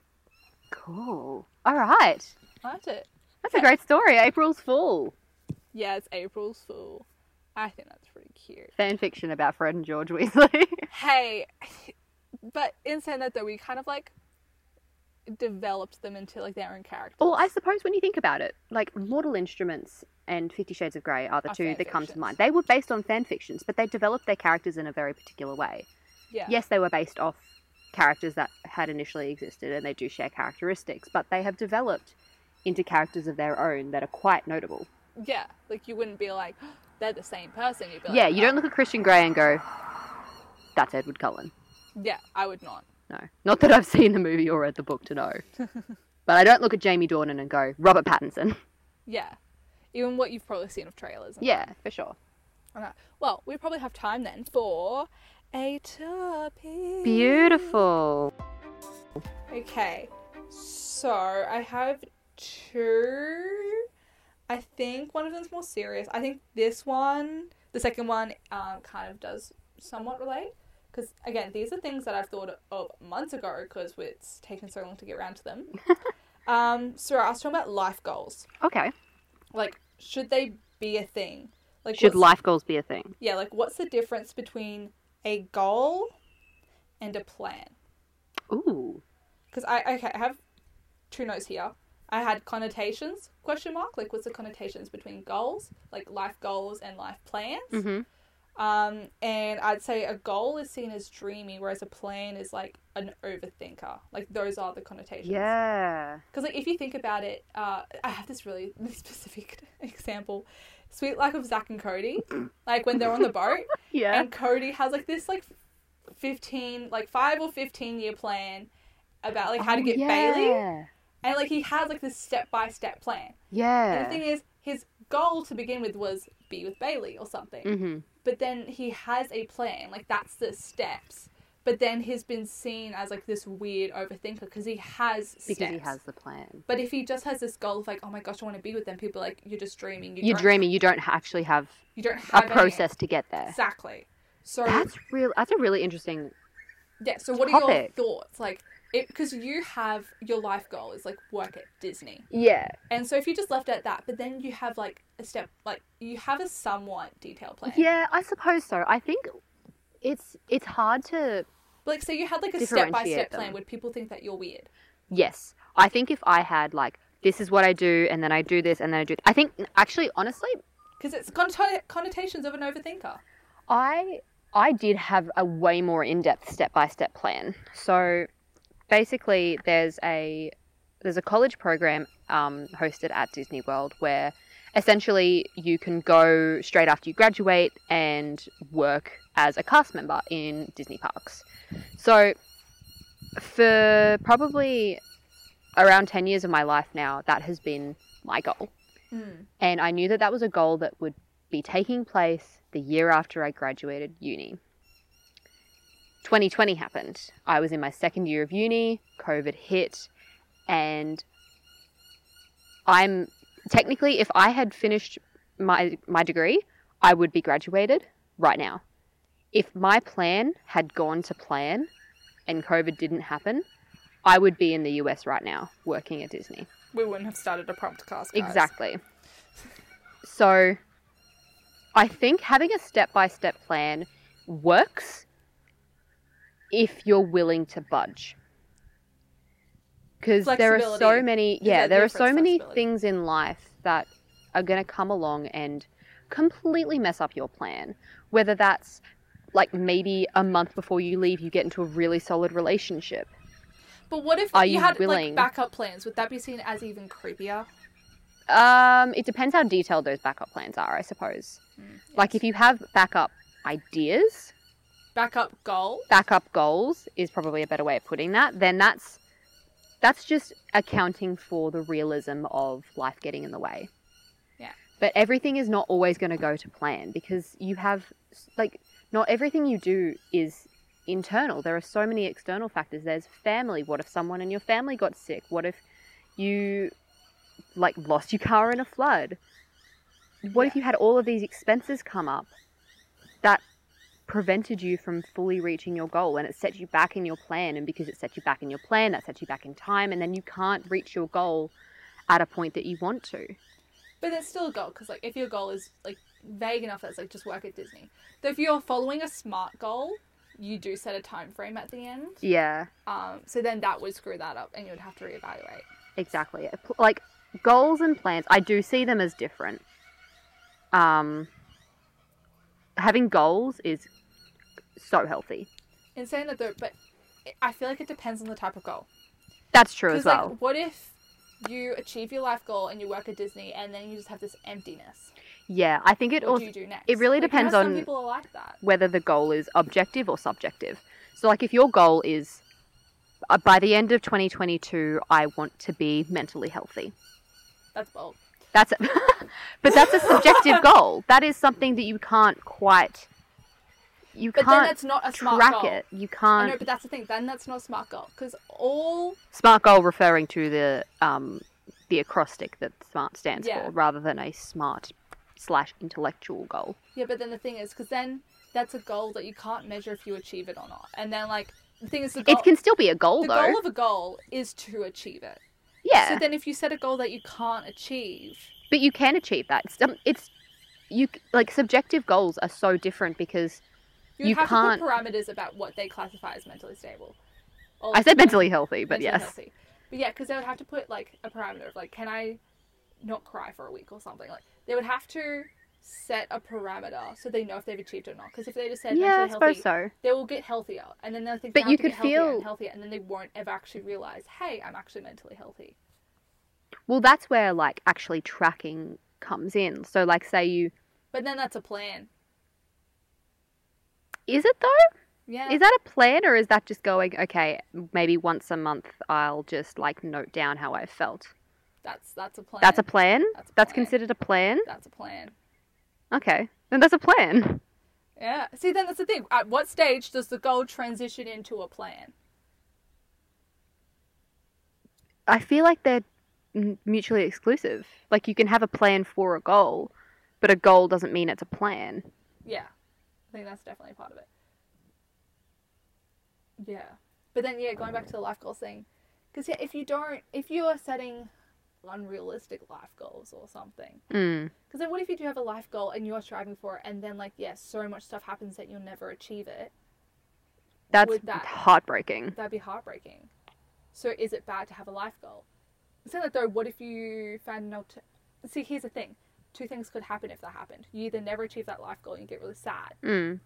Cool. All right. I liked it. That's a great story. April's Fool. Yeah, it's April's Fool. I think that's pretty cute. Fan fiction about Fred and George Weasley. (laughs) hey but in saying that though we kind of like developed them into like their own characters well, I suppose when you think about it, like Mortal Instruments and Fifty Shades of Grey are the Are two fan that come to fictions. mind. They were based on fan fictions, but they developed their characters in a very particular way. yeah Yes, they were based off characters that had initially existed and they do share characteristics, but they have developed into characters of their own that are quite notable. yeah like you wouldn't be like (gasps) they're the same person you'd be like yeah, you don't look at Christian Grey and go, that's Edward Cullen. "Oh, yeah i would not No. Not that I've seen the movie or read the book to (laughs) know. but I don't look at Jamie Dornan and go, Robert Pattinson. yeah even what you've probably seen of trailers and Yeah, for sure. all that. well we probably have time then for a topic Beautiful. Okay, so I have two. I think one of them's more serious. I think this one, the second one, um, kind of does somewhat relate. Because again, these are things that I've thought of months ago because it's taken so long to get around to them. um, so I was talking about life goals. Okay. Like, should they be a thing? Like, Should what's- life goals be a thing? yeah, like what's the difference between a goal and a plan? Ooh. because I okay I have two notes here. I had connotations question mark like what's the connotations between goals like life goals and life plans. Mhm. Um, and I'd say a goal is seen as dreamy, whereas a plan is like an overthinker. Like those are the connotations. Yeah. Because like if you think about it, uh, I have this really (laughs) specific example. Sweet Life of Zach and (clears throat) Cody, like when they're on the boat (laughs) Yeah. and Cody has like this like Oh, 15 like 5 or 15 year plan about like how to get Bailey and like he has like this step by step plan. And the Yeah. thing is, his goal to begin with was be with Bailey or something. Mm-hmm. But then he has a plan, like that's the steps. But then he's been seen as like this weird overthinker because he has Because steps. he has the plan. But if he just has this goal of like, oh my gosh, I want to be with them, people are like, you're just dreaming. You You're don't, dreaming. You don't actually have You don't a have any." process to get there. Exactly. So That's real. That's a really interesting. yeah. So what are your topic. thoughts? Like, because you have your life goal is like work at Disney, Yeah. and so if you just left it at that, but then you have like a step, like you have a somewhat detailed plan. Yeah, I suppose so. I think it's it's hard to But like, so you had like a step by step Differentiate plan. them. Would people think that you're weird? Yes. I think if I had like this is what I do and then I do this and then I do I think actually honestly Because it's connota- connotations of an overthinker. I I did have a way more in-depth step-by-step plan. So basically there's a there's a college program um, hosted at Disney World where essentially you can go straight after you graduate and work as a cast member in Disney parks. So for probably around 10 years of my life now that has been my goal Mm. and I knew that that was a goal that would be taking place the year after I graduated uni. 2020 happened. I was in my second year of uni, COVID hit, and I'm technically if I had finished my my degree, I would be graduated right now. If my plan had gone to plan and COVID didn't happen, I would be in the US right now working at Disney. We wouldn't have started a prompt cast. Exactly. So I think having a step by step plan works if you're willing to budge. Because there are so Flexibility many, is yeah, a there are different so many flexibility. things in life that are going to come along and completely mess up your plan. Whether that's like maybe a month before you leave, you get into a really solid relationship. But what if Are you you had like willing? backup plans? Would that be seen as even creepier? Um, it depends how detailed those backup plans are, I suppose. Like if you have backup ideas, Backup goal. backup goals is probably a better way of putting that. Then that's that's just accounting for the realism of life getting in the way. Yeah. But everything is not always going to go to plan because you have like not everything you do is internal. There are so many external factors. There's family. What if someone in your family got sick? What if you like lost your car in a flood? What if you had all of these expenses come up that prevented you from fully reaching your goal and it set you back in your plan and because it set you back in your plan that sets you back in time and then you can't reach your goal at a point that you want to But that's still a goal because like if your goal is like vague enough, that's like just work at Disney. So if you're following a smart goal, you do set a time frame at the end. yeah Um, so then that would screw that up, and you would have to reevaluate. exactly P- like goals and plans i do see them as different um having goals is so healthy In saying that though, but it- I feel like it depends on the type of goal. that's true as Because well like, what if you achieve your life goal and you work at Disney, and then you just have this emptiness? yeah i think it What do also you do next? it Like, you really know depends Some on- people are like that. whether the goal is objective or subjective. So, like, if your goal is uh, by the end of 2022, I want to be mentally healthy. That's bold. That's, a, (laughs) but that's a (laughs) subjective goal. That is something that you can't quite. You But then can't that's not a smart track goal. it. You I know, can't but that's the thing. Then that's not a smart goal because all smart goal referring to the um the acrostic that smart stands Yeah. for, rather than a smart slash intellectual goal. Yeah, but then the thing is, because then that's a goal that you can't measure if you achieve it or not. And then, like, the thing is, the goal, It can still be a goal the though. goal of a goal is to achieve it. yeah. So then, if you set a goal that you can't achieve, but you can achieve that. It's, um, it's you c- like subjective goals are so different because you, You have can't- to put parameters about what they classify as mentally stable. Or, I you said know, mentally healthy, but mentally yes, healthy. But yeah, because they would have to put like a parameter of like, can I not cry for a week or something? Like, they would have to set a parameter so they know if they've achieved it or not. Because if they just said yeah, I mentally healthy, suppose so. they will get healthier and then they'll think But they have you to get could healthier and feel- healthier and then they won't ever actually realize hey i'm actually mentally healthy Well, that's where like actually tracking comes in. So like, say you but then that's a plan is it though? Yeah. Is that a plan or is that just going, okay, maybe once a month I'll just like note down how I felt? that's that's a plan. That's a plan? That's a That's plan. considered a plan? That's a plan. Okay. Then that's a plan. Yeah. See, then that's the thing. At what stage does the goal transition into a plan? I feel like they're m- mutually exclusive. Like you can have a plan for a goal, but a goal doesn't mean it's a plan. Yeah. I think that's definitely part of it. Yeah. But then, yeah, going back to the life goals thing. Because, yeah, if you don't, if you are setting unrealistic life goals or something, Mm. because then what if you do have a life goal and you're striving for it and then, like, yes, so much stuff happens that you'll never achieve it? That's Would that- heartbreaking. That'd be heartbreaking. So, is it bad to have a life goal? Saying that though, what if you found an alter? See, here's the thing: two things could happen if that happened. You either never achieve that life goal and you get really sad, Mm.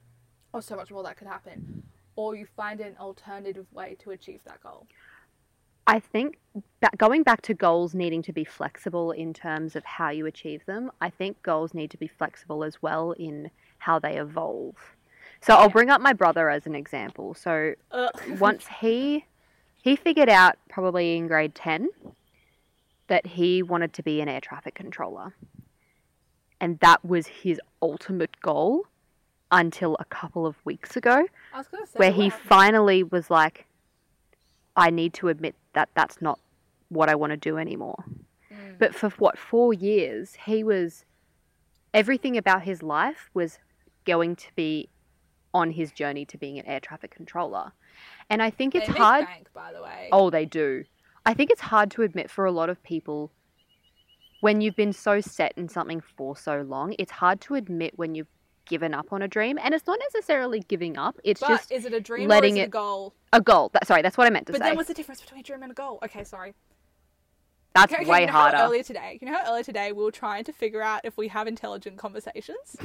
or so much more that could happen, or you find an alternative way to achieve that goal. I think ba- going back to goals needing to be flexible in terms of how you achieve them, I think goals need to be flexible as well in how they evolve. So I'll Yeah. bring up my brother as an example. So Ugh. once he he figured out probably in grade 10 that he wanted to be an air traffic controller. And that was his ultimate goal until a couple of weeks ago I was gonna say where what he happened- finally was like, I need to admit that that's not what I want to do anymore. Mm. But for what, four years, he was, everything about his life was going to be on his journey to being an air traffic controller. And I think They it's make hard. Bank, by the way. Oh, they do. I think it's hard to admit for a lot of people when you've been so set in something for so long. It's hard to admit when you've given up on a dream. And it's not necessarily giving up, it's but just is it a dream or letting is it, a it goal? a goal. That, sorry, that's what I meant to But say. then what's the difference between a dream and a goal? Okay, sorry. that's Okay, okay, way you know harder. How earlier today, you know how earlier today we were trying to figure out if we have intelligent (laughs) conversations.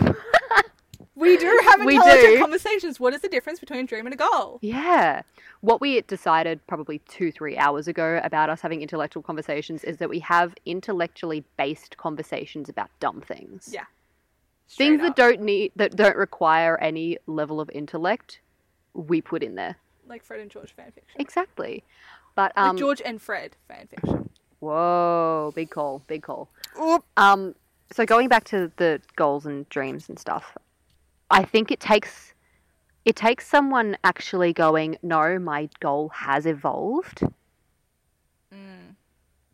we do have We intelligent do. conversations. What is the difference between a dream and a goal? Yeah. What we decided probably two, three hours ago about us having intellectual conversations is that we have intellectually based conversations about dumb things. Yeah. Straight Things that up. don't need that don't require any level of intellect, we put in there. like Fred and George fanfiction. Exactly. But um like George and Fred fanfiction. Whoa, big call, big call. Um, so going back to the goals and dreams and stuff, I think it takes it takes someone actually going, no, my goal has evolved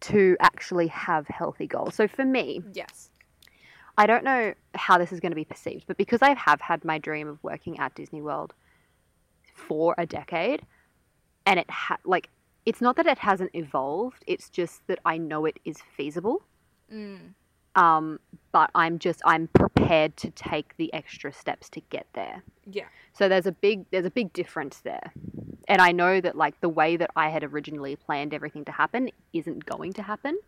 to actually have healthy goals. So for me, Yes. I don't know how this is going to be perceived, but because I have had my dream of working at Disney World for a decade, and it ha- like it's not that it hasn't evolved; it's just that I know it is feasible. Um, but I'm just I'm prepared to take the extra steps to get there. Yeah. So there's a big there's a big difference there. And I know that like the way that I had originally planned everything to happen isn't going to happen.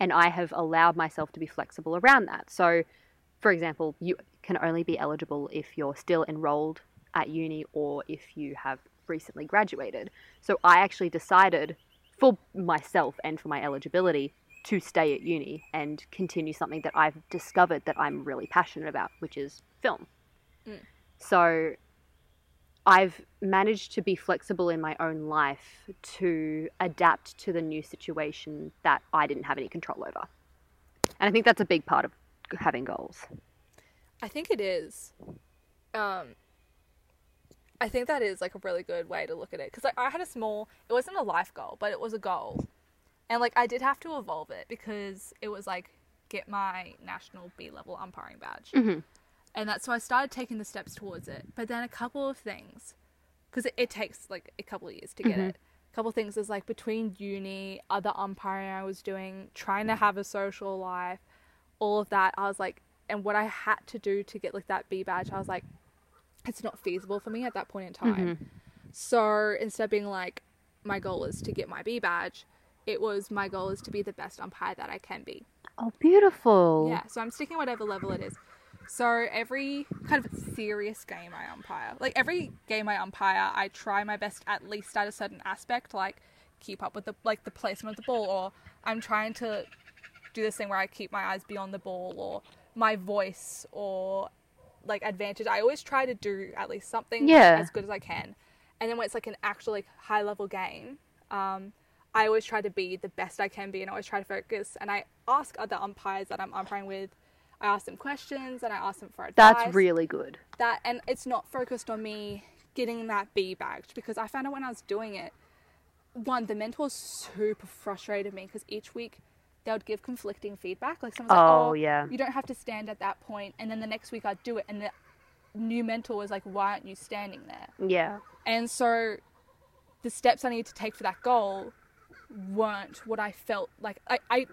And I have allowed myself to be flexible around that. So for example, you can only be eligible if you're still enrolled at uni or if you have recently graduated. So I actually decided for myself and for my eligibility to stay at uni and continue something that I've discovered that I'm really passionate about, which is film. So I've managed to be flexible in my own life to adapt to the new situation that I didn't have any control over. And I think that's a big part of having goals. I think it is. Um, I think that is like a really good way to look at it because like I had a small. It wasn't a life goal, but it was a goal, and like I did have to evolve it because it was like get my national B level umpiring badge, and that's so I started taking the steps towards it. But then a couple of things, because it, it takes like a couple of years to get it. A couple of things is like between uni, other umpiring I was doing, trying to have a social life, all of that. I was like, and what I had to do to get like that B badge, I was like, it's not feasible for me at that point in time. So instead of being like, my goal is to get my B badge, it was my goal is to be the best umpire that I can be. Oh, beautiful. Yeah, so I'm sticking whatever level it is. So every kind of serious game I umpire, like every game I umpire, I try my best at least at a certain aspect, like keep up with the like the placement of the ball, or I'm trying to do this thing where I keep my eyes beyond the ball, or my voice, or like advantage. I always try to do at least something Yeah. as good as I can. And then when it's like an actual like high level game, um, I always try to be the best I can be and I always try to focus. And I ask other umpires that I'm umpiring with. I ask them questions and I ask them for advice. That's really good. that and it's not focused on me getting that B bagged because I found out when I was doing it, one, the mentors super frustrated me because each week they would give conflicting feedback. Like someone's like, Oh, Oh yeah. you don't have to stand at that point and then the next week I'd do it and the new mentor was like, Why aren't you standing there? Yeah. And so the steps I needed to take for that goal weren't what I felt like I, I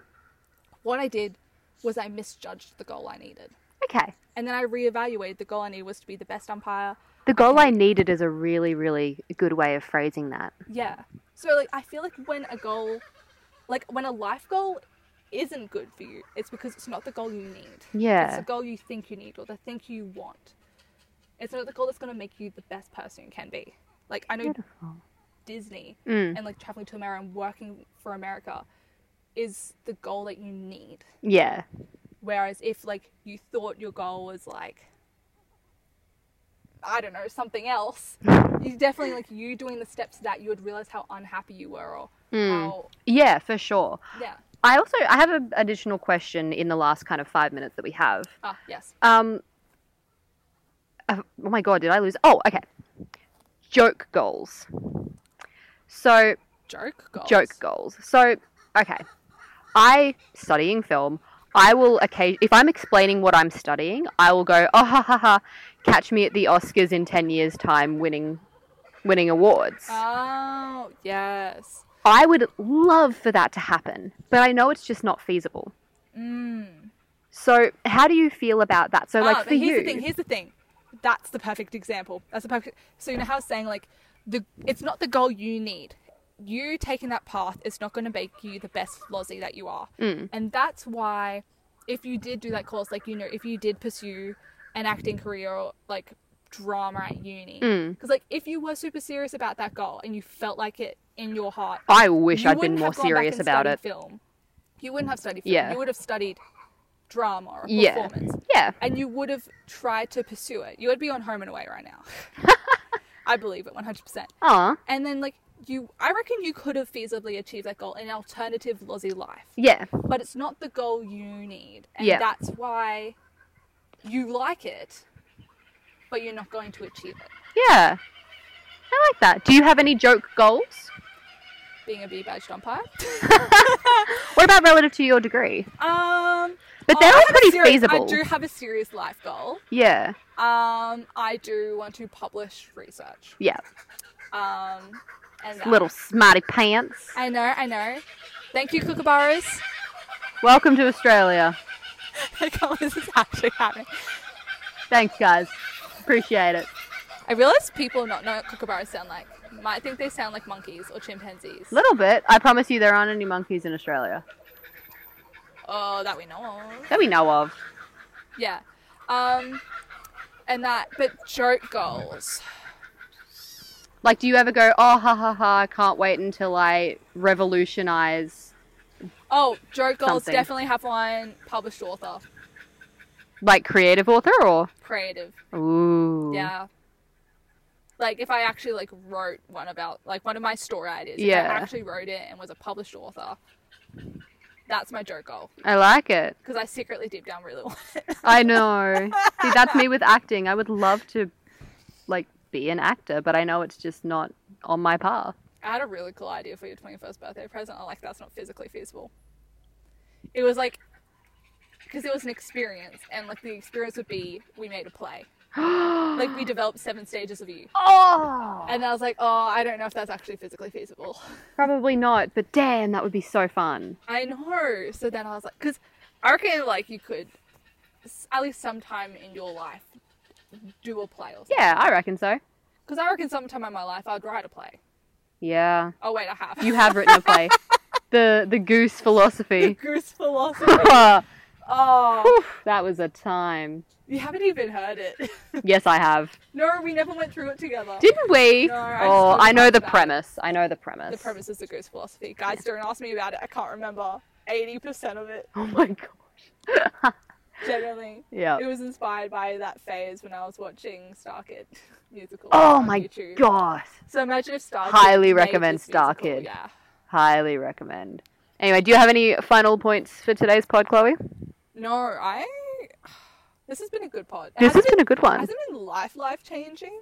what I did was I misjudged the goal I needed. Okay. And then I reevaluated the goal I needed was to be the best umpire. The goal I needed is a really, really good way of phrasing that. Yeah. So like I feel like when a goal like when a life goal isn't good for you, it's because it's not the goal you need. It's the Yeah. goal you think you need or the think you want. It's not the goal that's gonna make you the best person you can be. Like I know Beautiful. Disney Mm. and like traveling to America and working for America is the goal that you need. Yeah. Whereas if like you thought your goal was like I don't know, something (laughs) else, you definitely like you doing the steps to that you would realize how unhappy you were or Hmm. how Yeah, for sure. yeah. I also I have an additional question in the last kind of five minutes that we have. Ah, yes. Um. uh, Oh my god, did I lose? Oh, okay. Joke goals. So Joke goals. joke goals. So okay, I studying film. I will occasion if I'm explaining what I'm studying, I will go oh ha ha ha, catch me at the Oscars in ten years time, winning, winning awards. Oh yes. I would love for that to happen, but I know it's just not feasible. Mm. So how do you feel about that? So like ah, for but here's you, the thing. Here's the thing. That's the perfect example. That's the perfect. So you know how I was saying like the it's not the goal you need. You taking that path is not going to make you the best Flozzy that you are, Hmm. and that's why if you did do that course, like you know, if you did pursue an acting career or like drama at uni, Hmm. because like if you were super serious about that goal and you felt like it in your heart, I wish you I'd been wouldn't more have gone back serious and about studied it. Film. You wouldn't have studied film. Yeah. You would have studied drama or Yeah. performance Yeah. and you would have tried to pursue it. You would be on home and away right now. (laughs) I believe it 100%. Aw. And then, like, you, I reckon you could have feasibly achieved that goal in an alternative Lozzie life, Yeah. but it's not the goal you need. And Yeah. that's why you like it, but you're not going to achieve it. Yeah. I like that. Do you have any joke goals? Being a B badged umpire. What about relative to your degree? um, But oh, they're I all have a pretty serious- feasible. I do have a serious life goal. Yeah. Um, I do want to publish research. Yeah. Um, and that. Little smarty pants. I know, I know. Thank you, Kookaburras. Welcome to Australia. I can't believe this is actually happening. Thanks, guys. Appreciate it. I realize people not know what kookaburras sound like. Might think they sound like monkeys or chimpanzees. Little bit. I promise you, there aren't any monkeys in Australia Oh, that we know of. that we know of. Yeah. Um, and that, but joke goals. Like, do you ever go, oh, ha ha ha, I can't wait until I revolutionize? Oh, joke goals Something. definitely have one. Published author, Like, creative author or? creative. Ooh. Yeah. Like if I actually like wrote one about like one of my story ideas. if I Yeah. actually wrote it and was a published author. That's my joke goal. I like it. because I secretly deep down really (laughs) want it. I know. See, that's me with acting. I would love to, like, be an actor, but I know it's just not on my path. (gasps) I had a really cool idea for your 21st birthday present. I like that's not physically feasible. It was like because it was an experience, and like the experience would be we made a play, like we developed seven stages of you. oh, And I was like, oh, I don't know if that's actually physically feasible. probably not. But damn, that would be so fun. I know. So then I was like, because I reckon like you could s- at least sometime in your life do a play or something. Yeah, I reckon so. Because I reckon sometime in my life I'd write a play. Yeah, Oh wait, I have. (laughs) you have written a play, the the Goose (laughs) Philosophy. (laughs) Goose philosophy. that Oh. was a time. You haven't even heard it. (laughs) Yes, I have. no, we never went through it together. Didn't we? No, I oh, just I know remember the that. premise. I know the premise. the premise is the ghost philosophy. (laughs) Guys, don't ask me about it. I can't remember 80% of it. Oh my gosh. Genuinely. Oh Yeah. It was inspired by that phase when I was watching Star Kid (laughs) musical. Oh on my YouTube. gosh. So imagine if Star Kid Highly made recommend this Star musical, Kid. Yeah. Highly recommend. Anyway, do you have any final points for today's pod, Chloe? No, I. (sighs) This has been a good pod. It This has hasn't been a good one. hasn't been life life changing,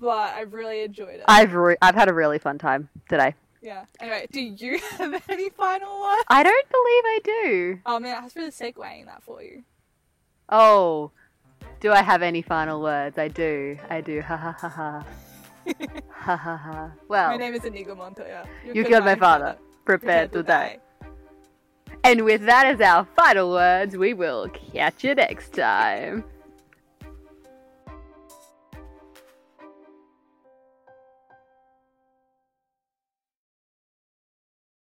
but I've really enjoyed it. I've re- I've had a really fun time today. yeah. Anyway, do you (laughs) have any final one? I don't believe I do. Oh man, I was really segueing that for you. Oh, do I have any final words? I do. I do. Ha ha ha ha. ha ha ha. My Well, name is Inigo Montoya. Oh. you killed my father. Prepare to die. And with that as our final words, we will catch you next time.